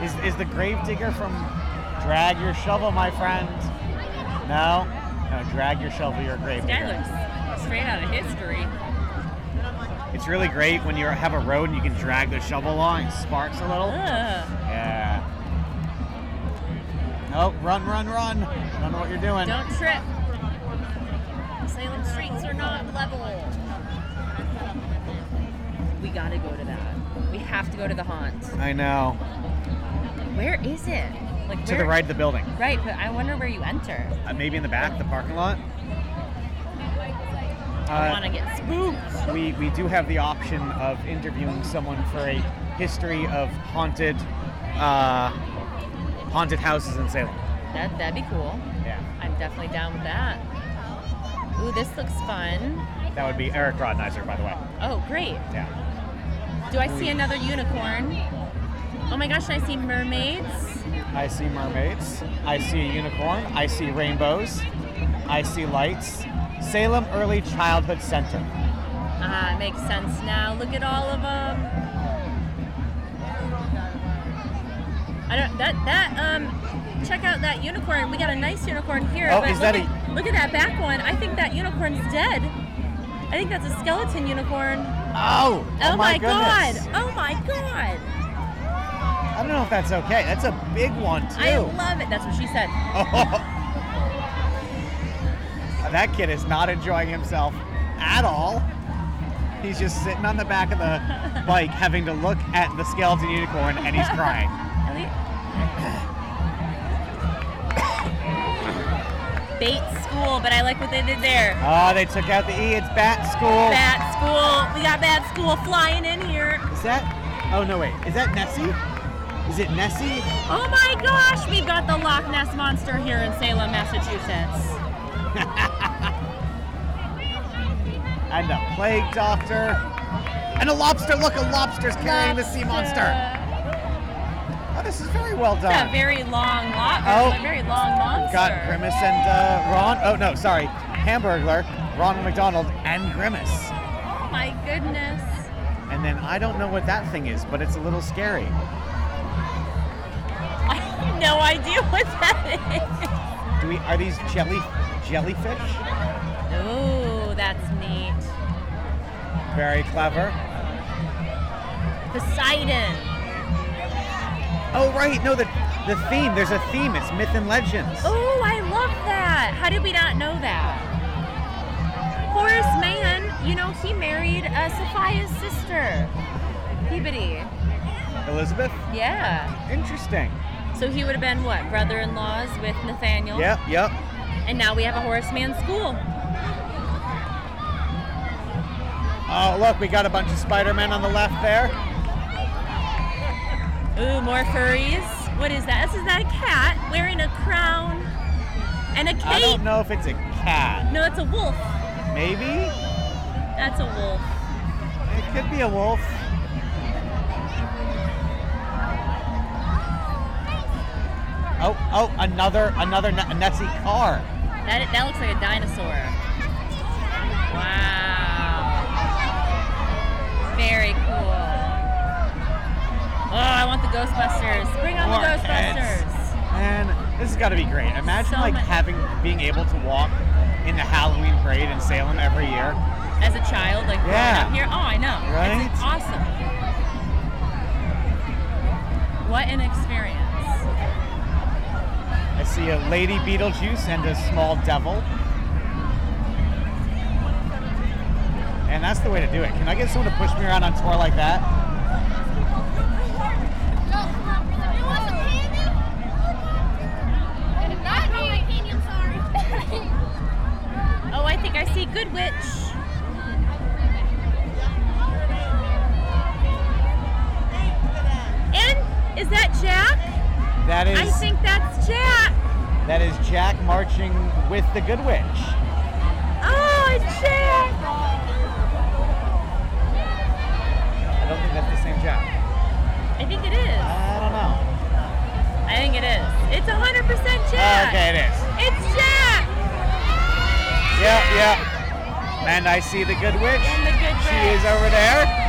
Speaker 4: Is, is the gravedigger from Drag Your Shovel, my friend? No? No, Drag Your Shovel, your
Speaker 3: Guy
Speaker 4: gravedigger.
Speaker 3: looks straight out of history.
Speaker 4: It's really great when you have a road and you can drag the shovel along, it sparks a little.
Speaker 3: Ugh.
Speaker 4: Yeah. Nope, run, run, run. Don't know what you're doing.
Speaker 3: Don't trip. Salem streets are not level. We gotta go to that. We have to go to the haunt.
Speaker 4: I know.
Speaker 3: Where is it? Like
Speaker 4: To
Speaker 3: where-
Speaker 4: the right of the building.
Speaker 3: Right, but I wonder where you enter.
Speaker 4: Uh, maybe in the back, the parking lot.
Speaker 3: I
Speaker 4: Uh,
Speaker 3: want to get spooked.
Speaker 4: we, we do have the option of interviewing someone for a history of haunted uh, haunted houses in Salem.
Speaker 3: That that'd be cool.
Speaker 4: Yeah,
Speaker 3: I'm definitely down with that. Ooh, this looks fun.
Speaker 4: that would be Eric Rodneiser, by the way.
Speaker 3: Oh, great.
Speaker 4: Yeah.
Speaker 3: Do I see another unicorn? Oh my gosh, I see mermaids.
Speaker 4: I see mermaids. I see a unicorn. I see rainbows. I see lights. Salem Early Childhood Center.
Speaker 3: Ah, makes sense now. Look at all of them. I don't that that um check out that unicorn. We got a nice unicorn here.
Speaker 4: Oh,
Speaker 3: but
Speaker 4: is
Speaker 3: look
Speaker 4: that a-
Speaker 3: at, Look at that back one. I think that unicorn's dead. I think that's a skeleton unicorn.
Speaker 4: Oh!
Speaker 3: Oh, my, god!
Speaker 4: goodness.
Speaker 3: Oh my god!
Speaker 4: I don't know if that's okay. That's a big one too.
Speaker 3: I love it. That's what she said.
Speaker 4: Oh. That kid is not enjoying himself at all. He's just sitting on the back of the bike having to look at the skeleton unicorn and he's crying.
Speaker 3: At least- Bait school, but I like what they did there.
Speaker 4: Oh, they took out the E. It's bat school.
Speaker 3: Bad school. We got bad school flying in here.
Speaker 4: Is that? Oh, no, wait. Is that Nessie? Is it Nessie?
Speaker 3: Oh my gosh, we got the Loch Ness monster here in Salem, Massachusetts.
Speaker 4: And a plague doctor. And a lobster. Look, a lobster's carrying the sea monster.
Speaker 3: Lobster.
Speaker 4: Oh, this is very well
Speaker 3: It's
Speaker 4: done.
Speaker 3: a very long lot.
Speaker 4: Oh.
Speaker 3: a very long monster.
Speaker 4: Got Grimace and uh, Ron. Oh, no, sorry. Hamburglar, Ron McDonald, and Grimace.
Speaker 3: Oh my goodness.
Speaker 4: And then I don't know what that thing is, but it's a little scary.
Speaker 3: I have no idea what that
Speaker 4: Do we? Are these jelly jellyfish?
Speaker 3: is. Oh, that's neat.
Speaker 4: Very clever.
Speaker 3: Poseidon.
Speaker 4: Oh, right. No, the the theme. There's a theme. It's myth and legends.
Speaker 3: Oh, I love that. How did we not know that? Horace Mann, you know, he married uh, Sophia's sister, Peabody.
Speaker 4: Elizabeth.
Speaker 3: Yeah.
Speaker 4: Interesting.
Speaker 3: So he would have been what? Brother in laws with Nathaniel?
Speaker 4: Yep. Yep.
Speaker 3: And now we have a Horace Mann school.
Speaker 4: Oh, look, we got a bunch of Spider-Man on the left there.
Speaker 3: Ooh, more furries. What is that? This is that a cat wearing a crown and a
Speaker 4: I
Speaker 3: cape.
Speaker 4: don't know if it's a cat.
Speaker 3: No, it's a wolf.
Speaker 4: Maybe
Speaker 3: That's a wolf.
Speaker 4: it could be a wolf. Oh, oh, another another N- Nessie car.
Speaker 3: That that looks like a dinosaur. Wow. Very cool. Oh, I want the Ghostbusters. Bring on the
Speaker 4: More
Speaker 3: Ghostbusters.
Speaker 4: And this has got to be great. Imagine
Speaker 3: So
Speaker 4: like
Speaker 3: much-
Speaker 4: having being able to walk in the Halloween parade in Salem every year.
Speaker 3: As a child, like growing
Speaker 4: Yeah.
Speaker 3: up here. Oh, I know.
Speaker 4: Right?
Speaker 3: It's awesome. What an experience.
Speaker 4: I see a lady Beetlejuice and a small devil. And that's the way to do it. Can I get someone to push me around on tour like that?
Speaker 3: Oh, I think I see Good Witch. And is that Jack?
Speaker 4: That is
Speaker 3: I think that's Jack.
Speaker 4: that is Jack marching with the Good Witch.
Speaker 3: Oh, it's Jack!
Speaker 4: I don't think that's the same Jack.
Speaker 3: I think it is.
Speaker 4: I don't know.
Speaker 3: I think it is. It's 100%
Speaker 4: Oh,
Speaker 3: Jack!
Speaker 4: okay, it is.
Speaker 3: It's Jack!
Speaker 4: Yep, yep. And I see the Good Witch.
Speaker 3: And the good
Speaker 4: She is
Speaker 3: Witch.
Speaker 4: over there.